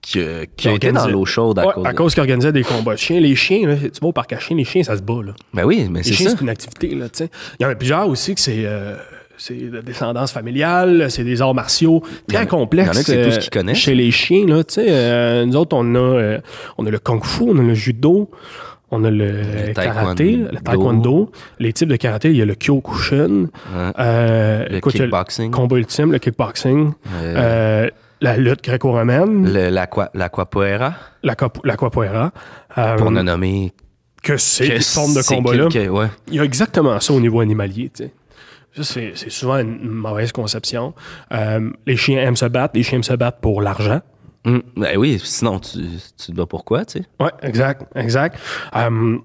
S1: Qui, euh, qui a été dans
S3: organisait-
S1: l'eau chaude à
S3: Ouais,
S1: cause.
S3: à
S1: de-
S3: cause qu'ils organisaient des combats de chiens. Les chiens, là, tu vas au parc à chiens, les chiens, ça se bat. Là.
S1: Ben oui, mais
S3: Les
S1: c'est
S3: chiens,
S1: ça.
S3: c'est une activité, là, tu sais. Il y en a plusieurs aussi que c'est... euh, c'est de descendance familiale, c'est des arts martiaux
S1: Il y en a-
S3: très complexes.
S1: il y en a que c'est tout ce
S3: euh,
S1: qu'ils connaissent.
S3: Chez les chiens, là, tu sais, euh, nous autres, on a, euh, on a le kung-fu, on a le judo, on a le, karaté,
S1: taekwondo.
S3: le taekwondo. Les types de karaté, il y a le kyokushin,
S1: Hein.
S3: euh,
S1: Le
S3: écoute, il y a
S1: kickboxing.
S3: le combat ultime, le kickboxing,
S1: Euh,
S3: euh, la lutte gréco-romaine,
S1: Le- l'aqua- L'aquapoera,
S3: l'aquap- l'aquapoera. euh,
S1: pour ne nommer
S3: que c'est
S1: que
S3: cette forme de
S1: c'est
S3: combat-là.
S1: quel- que- ouais.
S3: Il y a exactement ça au niveau animalier, tu sais. Ça, c'est c'est souvent une mauvaise conception. Euh, les chiens aiment se battre, les chiens aiment se battre pour l'argent.
S1: Mm, ben oui, sinon tu, tu te bats pourquoi, tu sais?
S3: Ouais, exact, exact. Euh,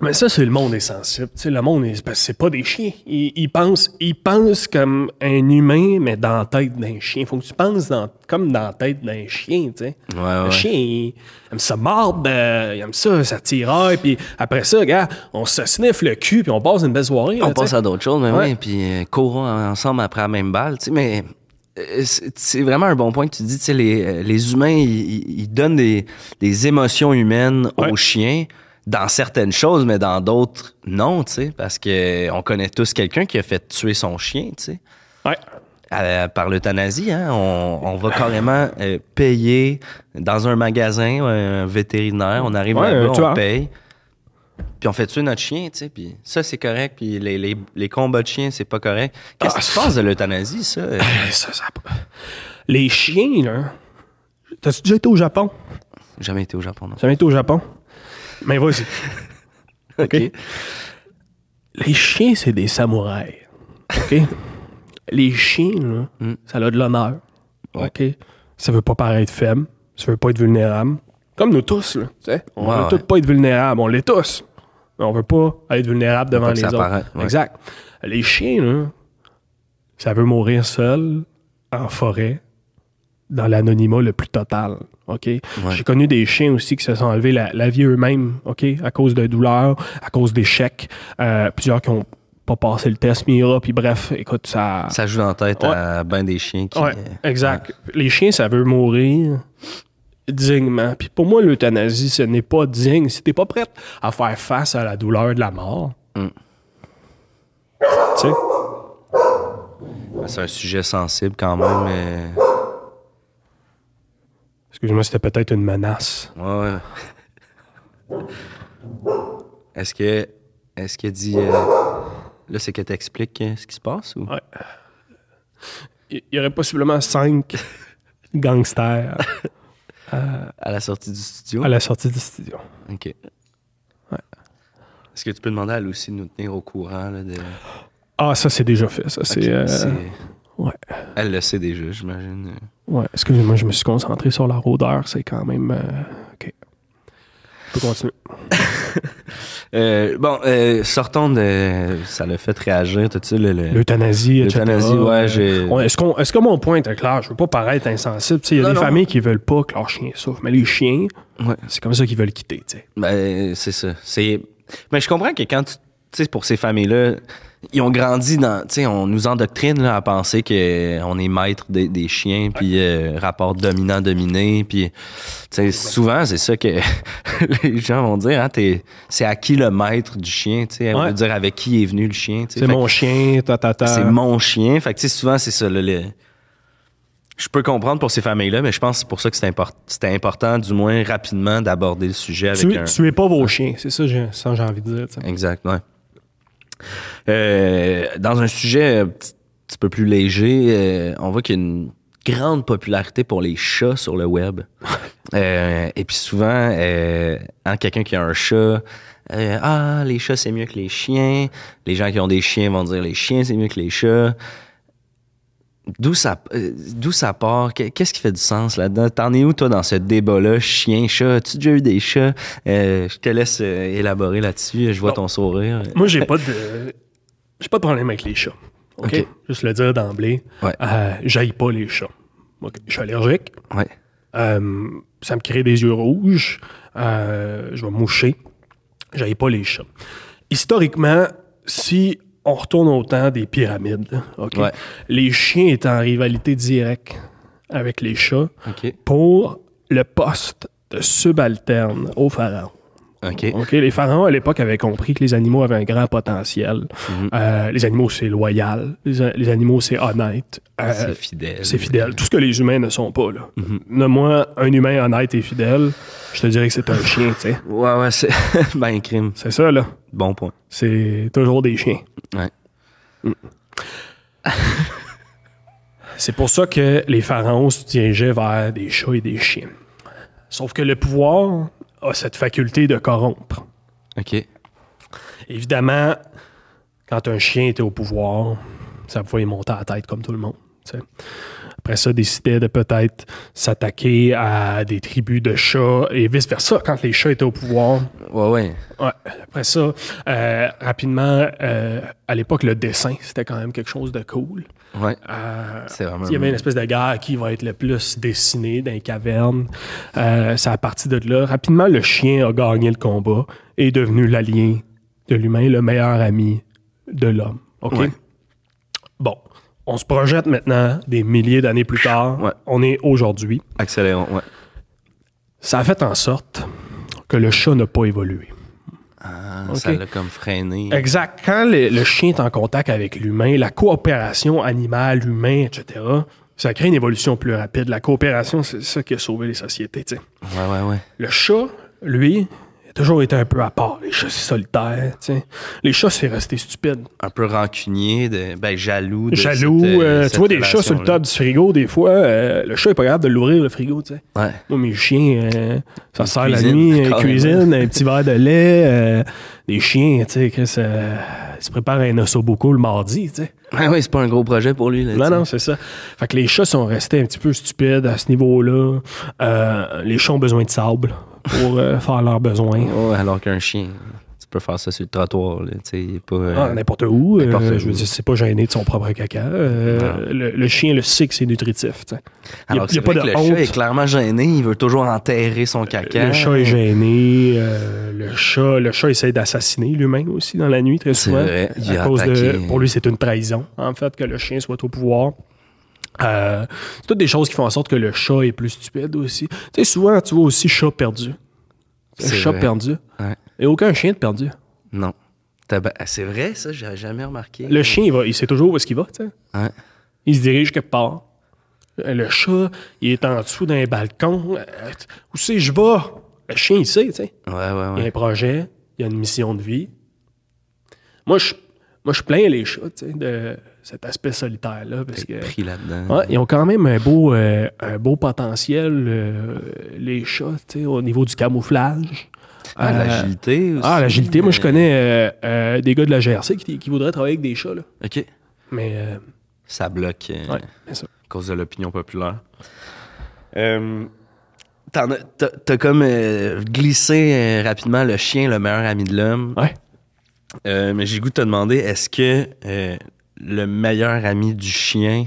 S3: mais ça, c'est le monde est sensible. Tu sais, le monde, est, parce que c'est pas des chiens. Ils, ils pensent, ils pensent comme un humain, mais dans la tête d'un chien. Faut que tu penses dans- comme dans la tête d'un chien, tu sais.
S1: Ouais, ouais.
S3: Le chien, il aime ça mordre, euh, il aime ça, ça tiraille, puis après ça, regarde, on se sniffe le cul, puis on passe une belle soirée. là,
S1: On
S3: tu sais.
S1: passe à d'autres choses, mais
S3: Ouais.
S1: oui, puis euh, courons en- ensemble après la même balle, tu sais, mais euh, c'est- c'est vraiment un bon point que tu dis, tu sais, les, euh, les humains, ils- ils, ils donnent des, des émotions humaines aux
S3: Ouais.
S1: chiens dans certaines choses, mais dans d'autres, non, tu sais, parce que on connaît tous quelqu'un qui a fait tuer son chien, tu sais.
S3: Ouais.
S1: à- par l'euthanasie, hein, on, on va carrément euh, payer dans un magasin, un vétérinaire, on arrive
S3: Ouais,
S1: là-bas,
S3: un
S1: on
S3: tueur.
S1: paye, puis on fait tuer notre chien, tu sais, puis ça, c'est correct, puis les, les, les combats de chiens, c'est pas correct. Qu'est-ce
S3: Ah,
S1: qui se passe de l'euthanasie, ça? euh?
S3: Ben, ça, ça- Les chiens, là. T'as-tu déjà été au Japon?
S1: J'ai jamais été au Japon, non.
S3: T'as jamais été au Japon? Mais vas-y. OK? Les chiens, c'est des samouraïs. OK? Les chiens, là, ça a de l'honneur.
S1: Hmm. Ouais.
S3: OK? Ça veut pas paraître faible. Ça veut pas être vulnérable. Comme nous tous, là. tu sais. On
S1: Ouais,
S3: veut
S1: ouais.
S3: tous pas être vulnérables. On l'est tous. Mais on veut pas être vulnérable devant
S1: pas que
S3: les
S1: ça
S3: autres.
S1: apparaisse, ouais.
S3: Exact. Les chiens, là, ça veut mourir seul, en forêt, dans l'anonymat le plus total. OK? J'ai connu des chiens aussi qui se sont enlevés la, la vie eux-mêmes, OK? À cause de douleurs, à cause d'échecs. Euh, plusieurs qui ont pas passé le test Mira, puis bref, écoute, ça.
S1: Ça joue dans la tête à ben des chiens qui...
S3: ouais,
S1: euh,
S3: exact. Les chiens, ça veut mourir dignement. Puis pour moi, l'euthanasie, ce n'est pas digne. Si t'es pas prête à faire face à la douleur de la mort, tu sais.
S1: euh, C'est un sujet sensible quand même. euh,
S3: Excuse-moi, c'était peut-être une menace.
S1: ouais, ouais. Est-ce que... Est-ce qu'il dit... euh, là, c'est que t'expliques euh, ce qui se passe ou...
S3: Il y aurait possiblement cinq gangsters
S1: À la sortie du studio?
S3: à la sortie du studio.
S1: OK. Est-ce que tu peux demander à Lucie de nous tenir au courant? Là, de...
S3: Ah, ça, c'est déjà fait. Ça, c'est. euh,
S1: C'est-
S3: Ouais.
S1: Elle le sait déjà, j'imagine.
S3: Ouais, excusez-moi, je me suis concentré sur la rôdeur, c'est quand même. euh, OK. peux continuer.
S1: Euh, bon, euh, sortons de. Ça l'a fait réagir, tout ça, le. le-
S3: L'euthanasie, etc.
S1: L'euthanasie, ouais, j'ai-
S3: Ouais, Est-ce qu'on- est-ce que mon point était clair? Je veux pas paraître insensible. Tu sais, Il y a
S1: Non,
S3: des
S1: non.
S3: familles qui veulent pas que leurs chiens souffrent, mais les chiens,
S1: Ouais.
S3: c'est comme ça qu'ils veulent quitter. tu sais. Euh,
S1: Ben, c'est ça. C'est. Mais je comprends que quand tu. Tu sais, pour ces familles-là, ils ont grandi dans. Tu sais, on nous endoctrine là, à penser qu'on est maître des, des chiens, puis euh, rapport dominant-dominé. Puis. Tu sais, souvent, c'est ça que les gens vont dire. Hein, t'es- c'est à qui le maître du chien, tu sais. On
S3: Ouais.
S1: veut dire avec qui est venu le chien, tu sais.
S3: C'est
S1: Fait
S3: mon chien, ta, ta, ta.
S1: C'est mon chien. Fait que, tu sais, souvent, c'est ça. là, le- Je peux comprendre pour ces familles-là, mais je pense que c'est pour ça que c'est import- c'était important, du moins rapidement, d'aborder le sujet avec
S3: Tuez,
S1: un.
S3: tuez pas vos chiens, c'est ça, j'ai- ça j'ai envie de dire. tu sais.
S1: Exact, ouais. Euh, dans un sujet un petit, petit peu plus léger, euh, on voit qu'il y a une grande popularité pour les chats sur le web. Euh, et puis souvent, euh, hein, quelqu'un qui a un chat, euh, ah, les chats, c'est mieux que les chiens. Les gens qui ont des chiens vont dire les chiens, c'est mieux que les chats. D'où ça, euh, d'où ça part? Qu'est- Qu'est-ce qui fait du sens là-dedans? T'en es où, toi, dans ce débat-là? Chien, chat? As-tu déjà eu des chats? Euh, je te laisse euh, élaborer là-dessus. Je vois
S3: Non.
S1: ton sourire.
S3: Moi, j'ai pas de. J'ai pas de problème avec les chats. OK?
S1: Ok.
S3: Juste le dire d'emblée.
S1: Ouais.
S3: Euh, j'haïs pas les chats. OK, Je suis allergique.
S1: Ouais.
S3: Euh, ça me crée des yeux rouges. Euh, je vais moucher. J'aille pas les chats. Historiquement, si on retourne au temps des pyramides, OK,
S1: Ouais.
S3: les chiens étaient en rivalité directe avec les chats
S1: OK.
S3: pour le poste de subalterne au pharaon.
S1: OK.
S3: OK, les pharaons à l'époque avaient compris que les animaux avaient un grand potentiel.
S1: Mhm.
S3: Euh, les animaux, c'est loyal. Les, a- les animaux, c'est honnête. Euh,
S1: C'est fidèle. Mhm.
S3: c'est fidèle. Tout ce que les humains ne sont pas. Là. Nomme-moi un humain honnête et fidèle, je te dirais que c'est un chien, tu sais.
S1: Ouais, ouais, c'est. ben, crime.
S3: C'est ça, là.
S1: Bon point.
S3: C'est toujours des chiens.
S1: Ouais.
S3: C'est pour ça que les pharaons se dirigeaient vers des chats et des chiens. Sauf que le pouvoir a cette faculté de corrompre.
S1: OK.
S3: Évidemment, quand un chien était au pouvoir, ça pouvait lui monter à la tête comme tout le monde. tu sais. Après ça, décidait de peut-être s'attaquer à des tribus de chats et vice-versa. Quand les chats étaient au pouvoir,
S1: Ouais, ouais.
S3: Ouais. Après ça, euh, rapidement, euh, à l'époque, le dessin, c'était quand même quelque chose de cool.
S1: Ouais.
S3: Euh,
S1: C'est vraiment.
S3: il y avait une espèce de guerre qui va être le plus dessiné dans les cavernes. Euh, c'est à partir de là. Rapidement, le chien a gagné le combat et est devenu l'allié de l'humain, le meilleur ami de l'homme. OK?
S1: Ouais.
S3: Bon, on se projette maintenant des milliers d'années plus tard.
S1: Ouais.
S3: On est aujourd'hui.
S1: Accélérons, ouais.
S3: Ça a fait en sorte que le chat n'a pas évolué.
S1: Ah, Ça
S3: Ok.
S1: l'a comme freiné.
S3: Exact. Quand le, le chien est en contact avec l'humain, la coopération animale, humain, etc., ça crée une évolution plus rapide. La coopération, c'est ça qui a sauvé les sociétés. tu sais.
S1: Ouais, ouais, ouais.
S3: Le chat, lui, a toujours été un peu à part. Les chats, c'est solitaire. tu sais. Les chats, c'est resté stupide.
S1: Un peu rancunier, de, ben, jaloux. De
S3: Jaloux.
S1: cette,
S3: euh,
S1: euh,
S3: tu
S1: cette
S3: vois des chats sur le
S1: relation-là.
S3: top du frigo, des fois, euh, le chat est pas capable de l'ouvrir, le frigo. tu sais.
S1: Ouais.
S3: Moi, mes chiens, euh, ça sert la
S1: cuisine,
S3: nuit, euh,
S1: carrément.
S3: cuisine, un petit verre de lait. euh, les chiens, tu sais, Chris, euh, ils se préparent un ossobuco le mardi, tu sais.
S1: Ouais, ouais, c'est pas un gros projet pour lui. Là,
S3: Non,
S1: tu sais.
S3: non, c'est ça. Fait que les chats sont restés un petit peu stupides à ce niveau-là. Euh, les chats ont besoin de sable pour euh, faire leurs besoins.
S1: Ouais, alors qu'un chien, tu peux faire ça sur le trottoir. Là, tu sais, il est pas, euh,
S3: Ah, n'importe où. euh,
S1: N'importe
S3: je
S1: où.
S3: veux dire, c'est pas gêné de son propre caca. Euh, le, le chien le sait que c'est nutritif. tu sais. Il y a,
S1: alors que
S3: il y a
S1: c'est
S3: pas
S1: vrai
S3: de
S1: que le
S3: honte. Euh,
S1: chat est clairement gêné. Il veut toujours enterrer son caca.
S3: Le chat est gêné. euh, le, chat, le chat essaie d'assassiner l'humain aussi dans la nuit, très
S1: C'est
S3: souvent.
S1: vrai, il
S3: à
S1: a
S3: cause de,
S1: attaqué.
S3: pour lui, c'est une trahison, en fait, que le chien soit au pouvoir. Euh, c'est toutes des choses qui font en sorte que le chat est plus stupide aussi. Tu sais, souvent, tu vois aussi chat perdu. Un
S1: C'est
S3: chat
S1: vrai.
S3: perdu.
S1: Ouais.
S3: Et aucun chien de perdu.
S1: Non. Taba- ah, C'est vrai, ça, j'ai jamais remarqué.
S3: Le chien, il, va, il sait toujours où est-ce qu'il va, tu sais.
S1: Ouais.
S3: Il se dirige quelque part. Euh, Le chat, il est en dessous d'un balcon. Euh, Où c'est que je vais? Le chien, il sait, tu sais.
S1: Ouais, ouais,
S3: Il y a
S1: ouais.
S3: un projet, il y a une mission de vie. Moi, je, moi, je plains les chats tu sais, de cet aspect solitaire-là. Parce que,
S1: Pris là-dedans.
S3: euh, Ouais, ils ont quand même un beau, euh, un beau potentiel, euh, les chats, tu sais, au niveau du camouflage.
S1: Ah,
S3: Euh,
S1: l'agilité aussi.
S3: Ah, l'agilité. Moi, je
S1: Euh,
S3: connais euh, euh, des gars de la GRC qui, qui voudraient travailler avec des chats. là.
S1: OK.
S3: Mais, euh,
S1: Ça bloque. euh,
S3: ouais, c'est ça.
S1: à cause de l'opinion populaire. Euh, T'en as- T'as t'as comme euh, glissé euh, rapidement le chien, le meilleur ami de l'homme.
S3: Ouais.
S1: Euh, mais j'ai le goût de te demander, est-ce que euh, le meilleur ami du chien,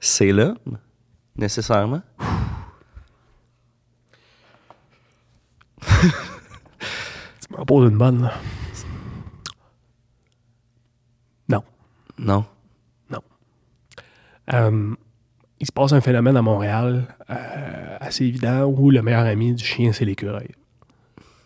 S1: c'est l'homme, nécessairement?
S3: Tu m'en poses une bonne, là. Non.
S1: Non.
S3: Non. Euh, il se passe un phénomène à Montréal euh, assez évident où le meilleur ami du chien, c'est l'écureuil.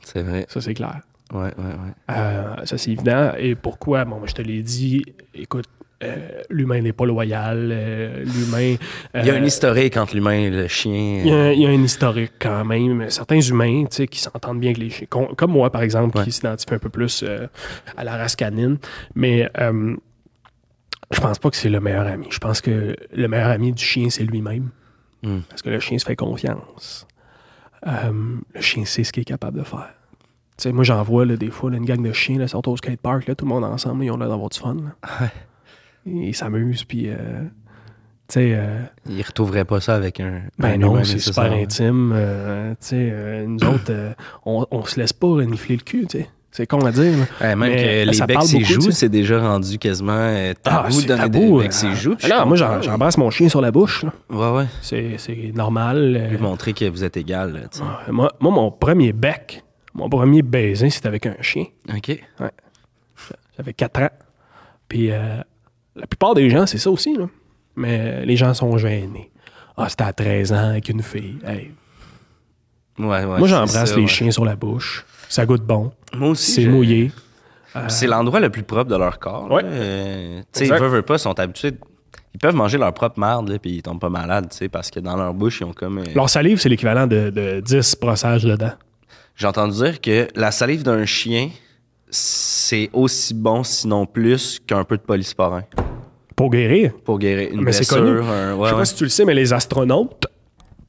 S1: C'est vrai.
S3: Ça, c'est clair.
S1: Ouais, ouais, ouais.
S3: Euh, ça, c'est évident. Et pourquoi? Bon, moi, je te l'ai dit. Écoute, euh, l'humain n'est pas loyal. euh, l'humain...
S1: Il y a
S3: euh,
S1: un historique entre l'humain et le chien.
S3: Il y, a, un- il y a un historique quand même. Certains humains, tu sais, qui s'entendent bien avec les chiens, com- comme moi par exemple,
S1: Ouais.
S3: qui s'identifie un peu plus euh, à la race canine. Mais euh, je pense pas que c'est le meilleur ami. Je pense que le meilleur ami du chien, c'est lui-même.
S1: Mm.
S3: Parce que le chien se fait confiance. Euh, le chien sait ce qu'il est capable de faire. Tu sais, moi, j'en vois là, des fois là, une gang de chiens là, sortent au skatepark, là, tout le monde ensemble, ils ont l'air d'avoir du fun. là. Ils s'amusent, puis. euh, tu sais. euh,
S1: Il retrouverait pas ça avec un. un
S3: ben non,
S1: humain,
S3: c'est super
S1: nécessairement.
S3: intime. euh, tu sais, euh, nous autres, euh, on, on se laisse pas renifler le cul, tu sais. C'est con à dire. là.
S1: Ouais, même
S3: Mais, euh,
S1: que les
S3: ça
S1: becs
S3: parle
S1: ses
S3: beaucoup, tu
S1: joues,
S3: sais.
S1: c'est déjà rendu quasiment euh,
S3: Ah,
S1: tabou
S3: c'est
S1: de donner
S3: tabou,
S1: des becs
S3: euh,
S1: ses joues. puis je
S3: Alors, moi, j'en-
S1: comprends.
S3: j'embrasse mon chien sur la bouche. là.
S1: Ouais, ouais.
S3: C'est c'est normal. euh,
S1: Lui montrer que vous êtes égal. là, tu sais.
S3: euh, moi, moi, mon premier bec, mon premier baiser, c'était avec un chien.
S1: OK.
S3: Ouais. J'avais 4 ans. Puis euh, la plupart des gens, c'est ça aussi. Là. Mais euh, les gens sont gênés. Ah, c'était à 13 ans avec une fille. Hey,
S1: Ouais, ouais,
S3: moi,
S1: c'est
S3: j'embrasse
S1: ça,
S3: les
S1: ouais.
S3: chiens sur la bouche. Ça goûte bon.
S1: Moi aussi.
S3: C'est
S1: je-
S3: mouillé.
S1: Puis C'est l'endroit le plus propre de leur corps.
S3: Ouais.
S1: là. Euh, tu sais, ils
S3: Exact.
S1: veulent, veulent pas, ils sont habitués. de- Ils peuvent manger leur propre merde, là, puis ils tombent pas malades, tu sais, parce que dans leur bouche, ils ont comme. euh,
S3: Leur salive, c'est l'équivalent de, de 10 brossages de dents.
S1: J'ai entendu dire que la salive d'un chien, c'est aussi bon, sinon plus, qu'un peu de polysporin
S3: Pour guérir.
S1: pour guérir une
S3: Mais c'est
S1: blessure.
S3: connu.
S1: un- ouais,
S3: Je sais
S1: ouais.
S3: pas si tu le sais, mais les astronautes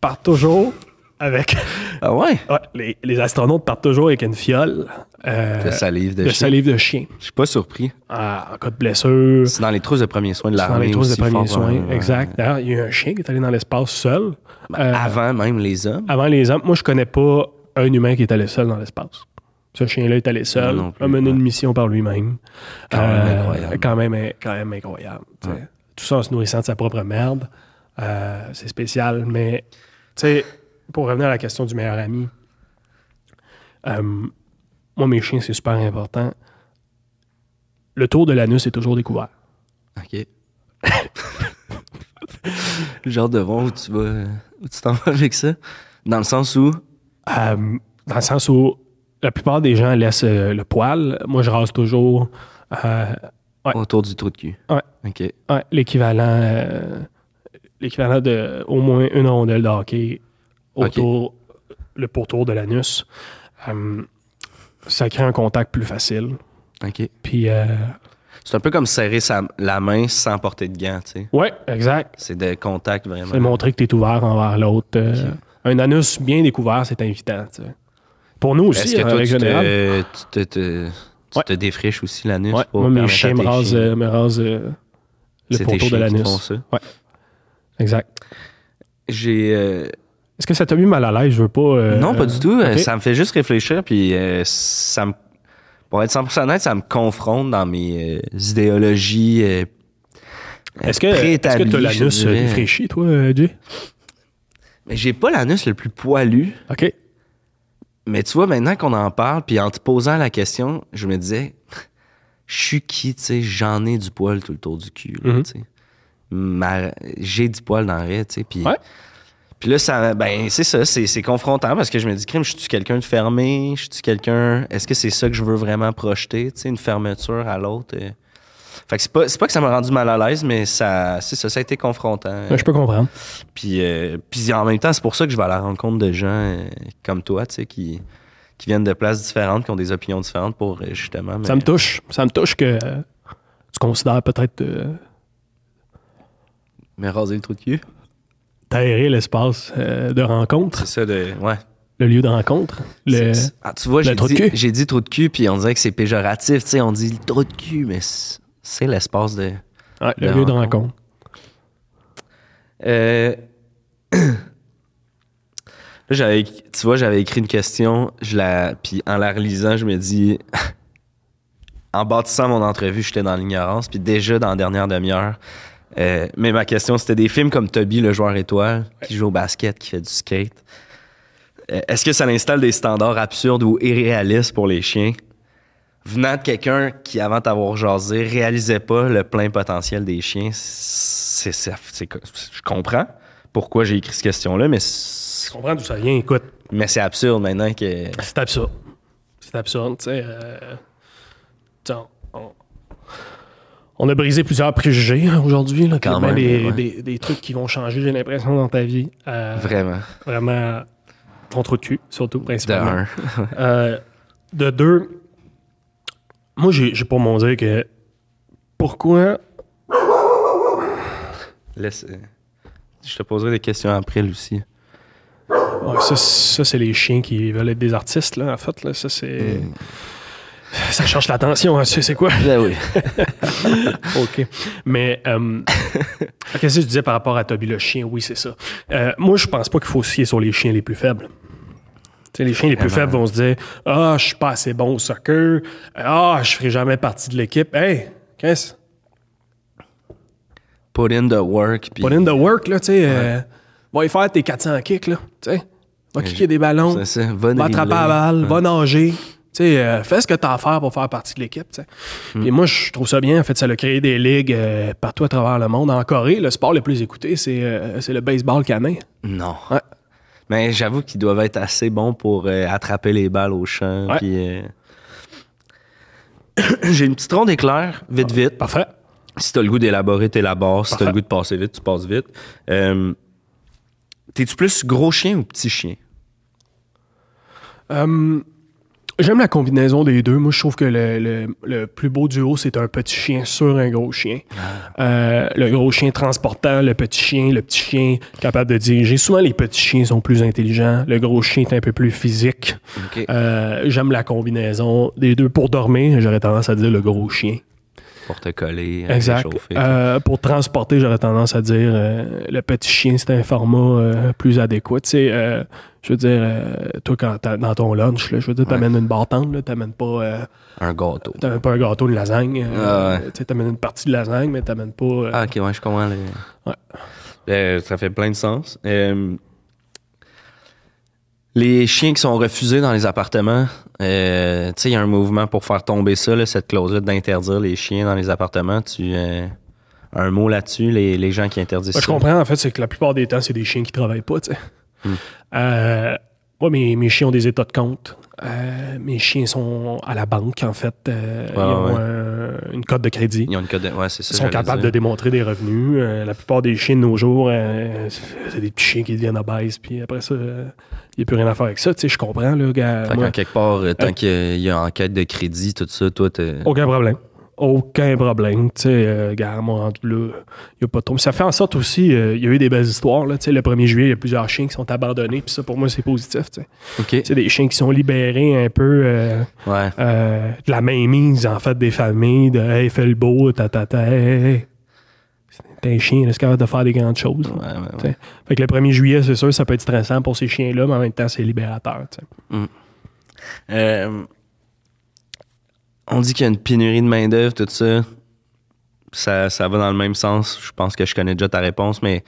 S3: partent toujours avec.
S1: Ah ouais?
S3: Ouais, les, les astronautes partent toujours avec une fiole euh,
S1: De salive de,
S3: de
S1: chien.
S3: salive de chien.
S1: Je suis pas surpris.
S3: Ah, en cas de blessure,
S1: C'est dans les trousses de premiers soins de
S3: c'est dans
S1: l'armée.
S3: les trousses de
S1: aussi, fort
S3: premiers soins.
S1: probablement.
S3: Exact. D'ailleurs, il y a eu un chien qui est allé dans l'espace seul.
S1: Ben,
S3: Euh,
S1: Avant même les hommes.
S3: Avant les hommes, moi, je connais pas un humain qui est allé seul dans l'espace. Ce chien-là est allé seul,
S1: Moi non plus,
S3: a mené
S1: ouais.
S3: une mission par lui-même. Euh,
S1: Quand même incroyable.
S3: Quand même, quand même incroyable. tu sais. Tout ça en se nourrissant de sa propre merde. Euh, c'est spécial, mais tu sais, pour revenir à la question du meilleur ami, euh, moi, mes chiens, c'est super important. Le tour de l'anus est toujours découvert.
S1: OK. Genre de voir où tu vas. Où tu t'en vas avec ça? Dans le sens où.
S3: Euh, dans le sens où la plupart des gens laissent euh, le poil. Moi, je rase toujours euh, ouais,
S1: Autour du trou de cul.
S3: Ouais.
S1: OK.
S3: ouais, l'équivalent euh, l'équivalent de au moins une rondelle de hockey autour le pourtour de l'anus. Euh, ça crée un contact plus facile.
S1: OK.
S3: Puis euh,
S1: C'est un peu comme serrer sa- la main sans porter de gants, tu sais.
S3: ouais, exact.
S1: C'est de contact vraiment.
S3: C'est montrer que tu es ouvert envers l'autre. Euh, Un anus bien découvert, c'est invitant. tu sais. Pour nous
S1: Est-ce
S3: aussi, hein,
S1: que
S3: en
S1: toi,
S3: règle
S1: tu
S3: générale.
S1: te, tu te, te- tu
S3: euh, Ouais.
S1: te défriches aussi l'anus
S3: Ouais,
S1: pour
S3: moi, mes
S1: permettre à
S3: chiens me
S1: tes
S3: rasent,
S1: chiens-
S3: euh, me rasent, euh, le
S1: C'est tes
S3: pourtour de
S1: chiens qui font
S3: l'anus.
S1: ça.
S3: Ouais. Exact.
S1: J'ai. euh,
S3: Est-ce que ça t'a mis mal à l'aise? Je veux pas. euh,
S1: non, pas du tout.
S3: ok.
S1: Ça me fait juste réfléchir, puis euh, ça me. Pour être 100% honnête, ça me confronte dans mes euh, idéologies. euh,
S3: Est-ce que est-ce que
S1: préétablies,
S3: t'as
S1: je
S3: l'anus
S1: dirais.
S3: défraîchi, toi, euh, Jay?
S1: Mais j'ai pas l'anus le plus poilu.
S3: OK.
S1: Mais tu vois, maintenant qu'on en parle, puis en te posant la question, je me disais, je suis qui, tu sais, j'en ai du poil tout le tour du cul, là,
S3: Mhm.
S1: tu sais. Ma- J'ai du poil dans le raid, tu sais, puis...
S3: Ouais.
S1: Puis là, ça, ben, c'est ça, c'est c'est confrontant parce que je me dis, crime, je suis quelqu'un de fermé, je suis quelqu'un, est-ce que c'est ça que je veux vraiment projeter, tu sais, une fermeture à l'autre. euh. Fait que c'est pas, c'est pas que ça m'a rendu mal à l'aise, mais ça, c'est ça, ça a été confrontant.
S3: Ouais, Ben, Je peux comprendre.
S1: Puis, euh, puis en même temps, c'est pour ça que je vais à la rencontre de gens euh, comme toi, tu sais, qui, qui viennent de places différentes, qui ont des opinions différentes pour euh, justement. mais-
S3: Ça me touche. Ça me touche que euh, tu considères peut-être euh,
S1: Mais raser le trou de cul.
S3: t'aérer l'espace euh, de rencontre,
S1: C'est ça, de. Ouais.
S3: le lieu de rencontre. Le...
S1: C'est- Ah, tu vois,
S3: le
S1: j'ai
S3: trou de
S1: dit,
S3: cul.
S1: j'ai dit trou de cul, puis on dirait que c'est péjoratif, tu sais, on dit le trou de cul, mais c'est c'est l'espace de.
S3: Ouais, le
S1: de
S3: lieu de
S1: rencontre.
S3: rencontre.
S1: Euh, Là, j'avais, tu vois, j'avais écrit une question, je la, puis en la relisant, je me dis, en bâtissant mon entrevue, j'étais dans l'ignorance, puis déjà dans la dernière demi-heure. euh, mais ma question, c'était des films comme Toby, le joueur étoile, qui joue au basket, qui fait du skate. Euh, Est-ce que ça installe des standards absurdes ou irréalistes pour les chiens? Venant de quelqu'un qui, avant d'avoir jasé, réalisait pas le plein potentiel des chiens, c'est, c'est, c'est- je comprends pourquoi j'ai écrit cette question-là, mais c'est-
S3: Je comprends d'où ça vient. Écoute,
S1: mais c'est absurde maintenant que.
S3: c'est absurde. C'est absurde, tu sais. euh, tu sais, on, on a brisé plusieurs préjugés hein, aujourd'hui. là,
S1: Quand
S3: clairement,
S1: même,
S3: des,
S1: ouais.
S3: des- des trucs qui vont changer, j'ai l'impression, dans ta vie. Euh,
S1: Vraiment.
S3: Vraiment, ton trou de cul, surtout,
S1: De
S3: principalement.
S1: un.
S3: Euh, de deux, moi, j'ai j'ai pour mon dire que pourquoi.
S1: Laisse- euh, Je te poserai des questions après, Lucie.
S3: Ouais, ça, ça, c'est les chiens qui veulent être des artistes, là, en fait. Là, ça, c'est. Ça change l'attention, hein, tu sais, c'est quoi?
S1: Hmm. Ben oui.
S3: OK. Mais euh, qu'est-ce que je disais par rapport à Toby le chien? Oui, c'est ça. Euh, moi, je pense pas qu'il faut se fier sur les chiens les plus faibles. Tu sais, les chiens les plus faibles vont se dire Ah, je suis pas assez bon au soccer. Ah, je ferai jamais partie de l'équipe. Hey, Chris,
S1: Put in the work. Puis...
S3: put in the work, là, tu sais. euh, va y faire tes 400 kicks, là. Tu sais, va kicker des ballons.
S1: C'est ça, va
S3: va
S1: dribbler.
S3: attraper la balle, va nager. Tu sais, euh, fais ce que tu as à faire pour faire partie de l'équipe. tu sais.
S1: Hmm.
S3: Puis moi, je trouve ça bien. En fait, ça a créé des ligues euh, partout à travers le monde. En Corée, le sport le plus écouté, c'est euh, c'est le baseball canin.
S1: Non.
S3: Ouais.
S1: Mais j'avoue qu'ils doivent être assez bons pour euh, attraper les balles au champ.
S3: Ouais.
S1: puis, euh, J'ai une petite ronde éclair, vite, vite.
S3: Parfait.
S1: Si t'as le goût d'élaborer, t'élabores. Si t'as
S3: Parfait.
S1: le goût de passer vite, tu passes vite. Euh, T'es-tu plus gros chien ou petit chien?
S3: Hum, J'aime la combinaison des deux. Moi, je trouve que le, le- le plus beau duo, c'est un petit chien sur un gros chien. Euh, le gros chien transportant, le petit chien, le petit chien capable de diriger. Souvent, les petits chiens sont plus intelligents. Le gros chien est un peu plus physique.
S1: Ok.
S3: Euh, J'aime la combinaison des deux. Pour dormir, j'aurais tendance à dire le gros chien.
S1: Pour te coller,
S3: Exact.
S1: réchauffer.
S3: Euh, pour transporter, j'aurais tendance à dire euh, le petit chien, c'est un format euh, plus adéquat. Tu sais, euh, je veux dire, euh, toi, quand t'as- dans ton lunch, là, je veux dire, t'amènes une barre tendre, là, t'amènes pas, euh,
S1: Un gâteau.
S3: t'amènes pas un gâteau, une lasagne. euh,
S1: Ah ouais.
S3: Tu sais, t'amènes une partie de lasagne, mais t'amènes pas. euh,
S1: Ah, ok, ouais, je comprends. le-
S3: Ouais.
S1: Euh, ça fait plein de sens. Euh, les chiens qui sont refusés dans les appartements, euh, tu sais, il y a un mouvement pour faire tomber ça, là, cette clause-là d'interdire les chiens dans les appartements. Tu euh, un mot là-dessus, les, les gens qui interdisent
S3: Moi, je
S1: ça. Hmm.
S3: comprends, en fait, c'est que la plupart des temps, c'est des chiens qui travaillent pas, tu sais. Euh, moi, mes, mes chiens ont des états de compte. Euh, mes chiens sont à la banque, en fait. Euh, ils
S1: Ouais, Ah,
S3: ont
S1: ouais.
S3: euh, une cote de crédit.
S1: Ils ont une cote de- ouais, c'est ça,
S3: Ils sont
S1: j'allais
S3: capables de
S1: dire.
S3: démontrer des revenus. Euh, la plupart des chiens de nos jours, euh, c'est des petits chiens qui deviennent obèses. Puis après ça, il n'y a plus rien à faire avec ça. Tu sais, je comprends, là, gars.
S1: Fait
S3: Moi,
S1: qu'en quelque part, euh, tant qu'il y a enquête de crédit, tout ça, toi, t'es.
S3: Aucun problème. Aucun problème. Tu sais, euh, gars, moi, rendu là, il n'y a pas de trouble. Ça fait en sorte aussi, euh, il y a eu des belles histoires. Là, Tu sais, le 1er juillet, il y a plusieurs chiens qui sont abandonnés. Puis ça, pour moi, c'est positif. tu sais.
S1: Ok.
S3: C'est des chiens qui sont libérés un peu euh,
S1: Ouais.
S3: euh, de la mainmise, en fait, des familles. De Hey, fais le beau, ta ta ta. hey, hey. T'es un chien, là, c'est capable de faire des grandes choses.
S1: Ouais, ouais, ouais.
S3: Tu sais. Fait que le 1er juillet, c'est sûr, ça peut être stressant pour ces chiens-là, mais en même temps, c'est libérateur. tu sais.
S1: Euh, on dit qu'il y a une pénurie de main-d'œuvre, tout ça. ça. Ça va dans le même sens. Je pense que je connais déjà ta réponse, mais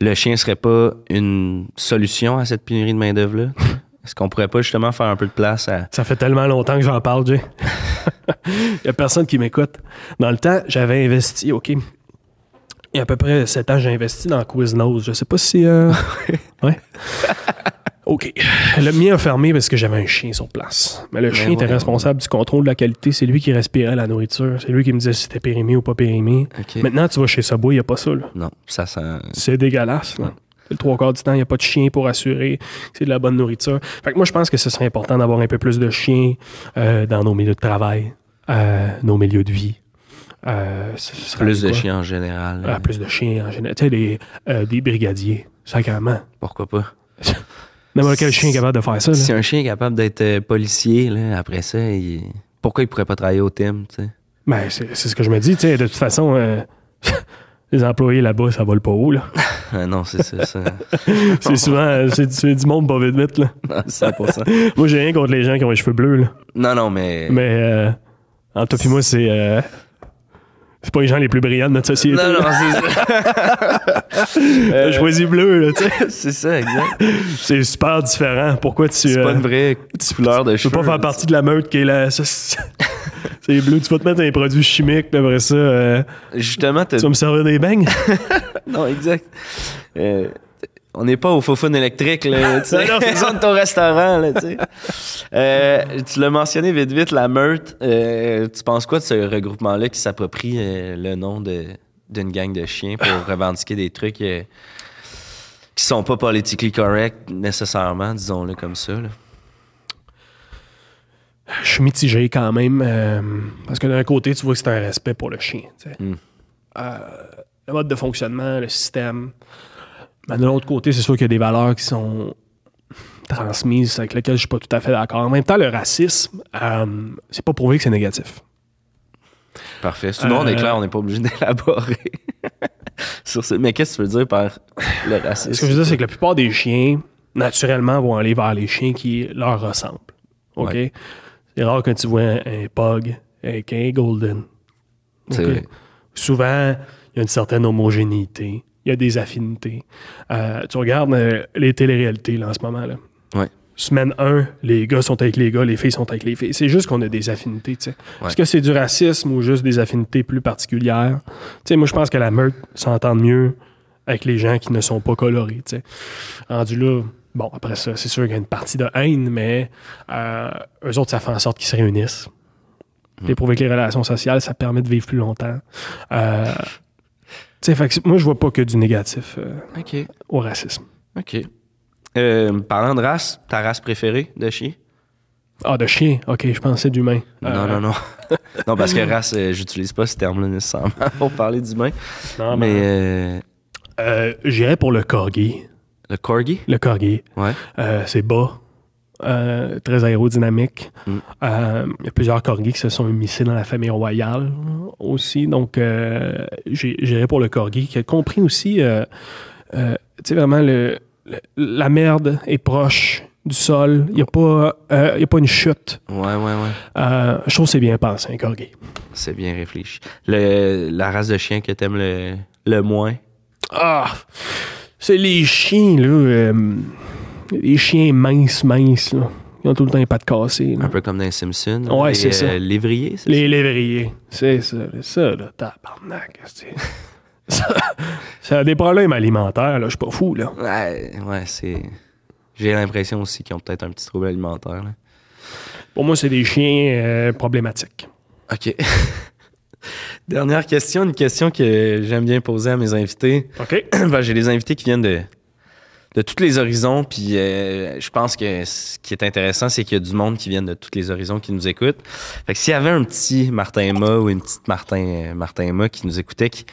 S1: le chien serait pas une solution à cette pénurie de main-d'œuvre-là? Est-ce qu'on pourrait pas justement faire un peu de place à.
S3: Ça fait tellement longtemps que j'en parle, Jay. Il n'y a personne qui m'écoute. Dans le temps, j'avais investi, OK. Il y a à peu près 7 ans, j'ai investi dans Quiznos. Je sais pas si. euh, ouais. OK. Le mien a fermé parce que j'avais un chien sur place. Mais le chien était
S1: Ben voyons.
S3: responsable du contrôle de la qualité. C'est lui qui respirait la nourriture. C'est lui qui me disait si c'était périmé ou pas périmé.
S1: Ok.
S3: Maintenant, tu vas chez Subway, il n'y a pas ça. Là.
S1: Non, ça sent.
S3: C'est dégueulasse. là. Le trois quarts du temps, il n'y a pas de chien pour assurer. C'est de la bonne nourriture. Fait que moi, je pense que ce serait important d'avoir un peu plus de chiens euh, dans nos milieux de travail, euh, nos milieux de vie. Euh, ce- ce serait
S1: Plus de
S3: quoi?
S1: chiens en général.
S3: Ah, plus de chiens en général. Tu sais, les, euh, des brigadiers, sacrément.
S1: Pourquoi pas?
S3: N'importe quel chien est capable de faire ça. là.
S1: Si un chien est capable d'être euh, policier, là, après ça, il- pourquoi il pourrait pas travailler au thème, tu sais?
S3: Ben, c'est c'est ce que je me dis. tu sais, De toute façon, euh, les employés là-bas, ça vole pas haut. Là.
S1: Ah non, c'est ça. ça.
S3: C'est souvent euh, c'est c'est du monde pas vite vite. Là.
S1: Non, 100%.
S3: Moi, j'ai rien contre les gens qui ont les cheveux bleus. Là.
S1: Non, non, mais.
S3: Mais euh, en toi pis moi, c'est. euh, c'est pas les gens les plus brillants de notre société.
S1: Non,
S3: là.
S1: non, c'est ça.
S3: T'as choisi bleu, là, tu sais.
S1: C'est ça, exact.
S3: C'est super différent. Pourquoi tu.
S1: C'est
S3: euh,
S1: pas une vraie couleur de
S3: tu
S1: cheveux.
S3: peux pas faire partie de la meute qui est la. ça, C'est c'est bleu. Tu vas te mettre dans les produits chimiques, puis après ça, euh,
S1: Justement, t'as
S3: tu vas me servir des beignes.
S1: Non, exact. Euh, on n'est pas au faux électrique, là. Tu sais,
S3: Non, non, c'est ça.
S1: de ton restaurant, là, tu sais. Euh, tu l'as mentionné vite, vite, la meute. Euh, tu penses quoi de ce regroupement-là qui s'approprie euh, le nom de- d'une gang de chiens pour revendiquer des trucs euh, qui sont pas politically correct, nécessairement, disons-le comme ça, là.
S3: Je suis mitigé quand même. euh, parce que d'un côté, tu vois que c'est un respect pour le chien. tu sais. Euh, le mode de fonctionnement, le système. Mais de l'autre côté, c'est sûr qu'il y a des valeurs qui sont transmises avec lesquelles je suis pas tout à fait d'accord. En même temps, le racisme, euh, c'est pas prouvé que c'est négatif.
S1: Parfait. Sinon, on est
S3: Euh,
S1: clair, on n'est pas obligé d'élaborer. sur ce... Mais qu'est-ce que tu veux dire par le
S3: Ce que je
S1: racisme?
S3: veux dire, c'est que la plupart des chiens, naturellement, vont aller vers les chiens qui leur ressemblent. OK?
S1: Ouais.
S3: C'est rare quand tu vois un, un pug avec un golden.
S1: C'est
S3: OK?
S1: vrai.
S3: Souvent, il y a une certaine homogénéité. Il y a des affinités. Euh, tu regardes euh, les téléréalités là, en ce moment. Là.
S1: Ouais.
S3: Semaine 1, les gars sont avec les gars, les filles sont avec les filles. C'est juste qu'on a des affinités. tu sais. Est-ce que c'est du racisme ou juste des affinités plus particulières? Tu sais, moi, je pense que la meute s'entend mieux avec les gens qui ne sont pas colorés. tu sais. Rendu là, bon, après ça, c'est sûr qu'il y a une partie de haine, mais euh, eux autres, ça fait en sorte qu'ils se réunissent.
S1: Hmm.
S3: J'ai prouvé que les relations sociales, ça permet de vivre plus longtemps. Euh, tu sais, fait que moi, je vois pas que du négatif euh,
S1: OK.
S3: au racisme.
S1: OK. Euh, parlant de race, ta race préférée de chien?
S3: Ah, de chien, ok, je pensais d'humain. Euh,
S1: Non, non, non. non, parce que race, euh, j'utilise pas ce terme-là nécessairement pour parler d'humain.
S3: non.
S1: mais
S3: Mais
S1: euh,
S3: euh, j'irais pour le corgi.
S1: le corgi,
S3: Le corgi,
S1: ouais.
S3: euh, c'est bas, euh, très aérodynamique.
S1: Mm.
S3: Euh, Il y a plusieurs corgis qui se sont immiscés dans la famille royale euh, aussi. Donc, euh, j'ai- j'irais pour le corgi, qui a compris aussi, euh, euh, tu sais, vraiment, le, le- la merde est proche du sol. Il n'y a, pas, euh, il y a pas une chute.
S1: Ouais, ouais, ouais.
S3: Euh, je trouve que c'est bien pensé, un corgi.
S1: C'est bien réfléchi. Le, la race de chien que t'aimes le, le moins.
S3: Ah! C'est les chiens, là. euh, les chiens minces, minces, là. Ils ont tout le temps les pattes cassées. là.
S1: Un peu comme dans les Simpsons.
S3: Ouais,
S1: les,
S3: c'est ça.
S1: Lévrier, c'est
S3: Les lévriers. C'est ça, c'est ça, là. Tabarnak, c'est- ça, ça a des problèmes alimentaires, là. Je suis pas fou, là.
S1: ça? Ouais, ouais, c'est. J'ai l'impression aussi qu'ils ont peut-être un petit trouble alimentaire. là.
S3: Pour moi, c'est des chiens euh, problématiques.
S1: OK. Dernière question, une question que j'aime bien poser à mes invités.
S3: OK?
S1: Ben, j'ai des invités qui viennent de, de tous les horizons. Puis euh, je pense que ce qui est intéressant, c'est qu'il y a du monde qui vient de tous les horizons qui nous écoute. Fait que s'il y avait un petit Martin Emma ou une petite Martin, euh, Martin Emma qui nous écoutait, qui,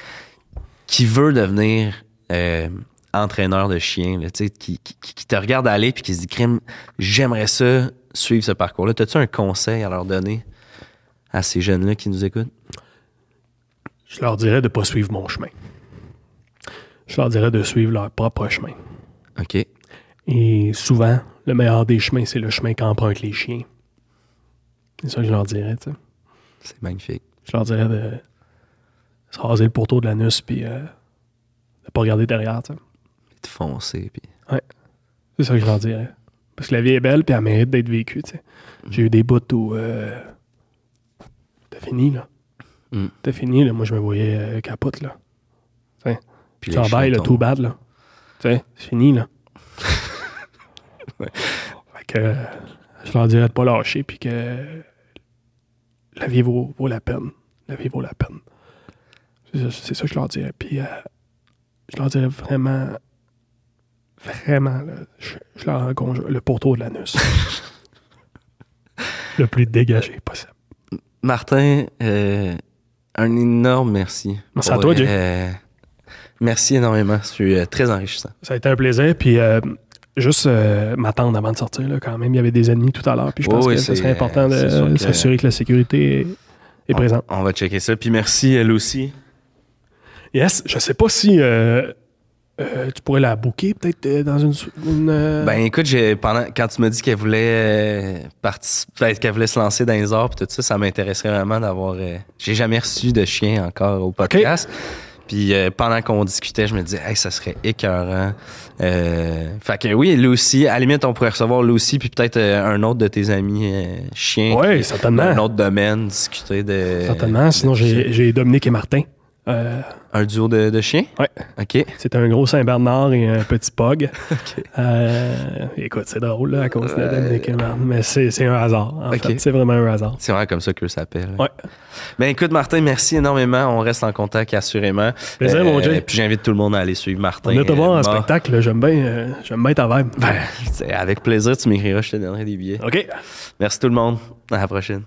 S1: qui veut devenir euh, entraîneur de chien, là, tu sais, qui, qui, qui te regarde aller puis qui se dit Crime, j'aimerais ça suivre ce parcours-là. T'as-tu un conseil à leur donner à ces jeunes-là qui nous écoutent?
S3: Je leur dirais de pas suivre mon chemin. Je leur dirais de suivre leur propre chemin.
S1: OK.
S3: Et souvent, le meilleur des chemins, c'est le chemin qu'empruntent les chiens. C'est ça que je leur dirais, tu sais.
S1: C'est magnifique.
S3: Je leur dirais de se raser le pourtour de l'anus puis euh, de pas regarder derrière. tu sais.
S1: Puis de foncer. Puis...
S3: C'est ça que je leur dirais. Parce que la vie est belle puis elle mérite d'être vécue. tu sais. J'ai eu des bouts où euh, t'as fini là.
S1: Mm.
S3: T'as fini là. Moi je me voyais euh, capote là.
S1: puis
S3: Tu
S1: les
S3: en bail là,
S1: chiens
S3: tout
S1: tombent.
S3: bad là. Tu sais, c'est fini là.
S1: Ouais.
S3: Fait que euh, je leur dirais de pas lâcher puis que la vie vaut, vaut la peine. La vie vaut la peine. C'est ça- C'est ça que je leur dirais. Puis euh, je leur dirais vraiment, vraiment, là, je, je leur gonge le pourtour de l'anus. le plus dégagé possible.
S1: Martin, euh, un énorme merci.
S3: Merci à toi, Jay.
S1: euh, merci énormément. C'est euh, très enrichissant.
S3: Ça a été un plaisir. Puis euh, juste euh, m'attendre avant de sortir, là, quand même. Il y avait des ennemis tout à l'heure. Puis je
S1: Oui,
S3: pense
S1: oui,
S3: que ce
S1: c'est-
S3: serait important de
S1: c'est sûr
S3: euh,
S1: que- Ah.
S3: s'assurer que la sécurité est, est
S1: On-
S3: présente.
S1: On, va checker ça. Puis merci, elle aussi.
S3: Yes, je sais pas si euh, euh, tu pourrais la booker peut-être euh, dans une. une, euh,
S1: Ben écoute, j'ai pendant quand tu m'as dit qu'elle voulait euh, participer, qu'elle voulait se lancer dans les arts pis tout ça, ça m'intéresserait vraiment d'avoir. euh, j'ai jamais reçu de chien encore au podcast. Puis euh, pendant qu'on discutait, je me disais, hey, ça serait écœurant. Euh, fait que oui, Lucy, à la limite, on pourrait recevoir Lucy puis peut-être euh, un autre de tes amis euh, chiens.
S3: Ouais,
S1: qui-
S3: certainement.
S1: Un autre domaine, discuter de.
S3: certainement. Sinon,
S1: de-
S3: j'ai j'ai Dominique et Martin. Euh,
S1: Un duo de, de chiens?
S3: ouais.
S1: OK.
S3: C'est un gros Saint-Bernard et un petit Pog. Euh, écoute, c'est drôle là, à cause de Dominique et Martin, mais c'est c'est un hasard. En
S1: Ok.
S3: fait, c'est vraiment un hasard.
S1: C'est vraiment comme ça que s'appelle.
S3: Ouais.
S1: Ben écoute, Martin, merci énormément. On reste en contact, assurément. Euh,
S3: Plaisir, mon Jay.
S1: Puis j'invite tout le monde à aller suivre Martin.
S3: On est te voir en
S1: euh, mort.
S3: spectacle, là, j'aime bien euh, j'aime bien ta vibe. Ah.
S1: Ben, c'est- avec plaisir, tu m'écriras, je te donnerai des billets.
S3: OK.
S1: Merci tout le monde. À la prochaine.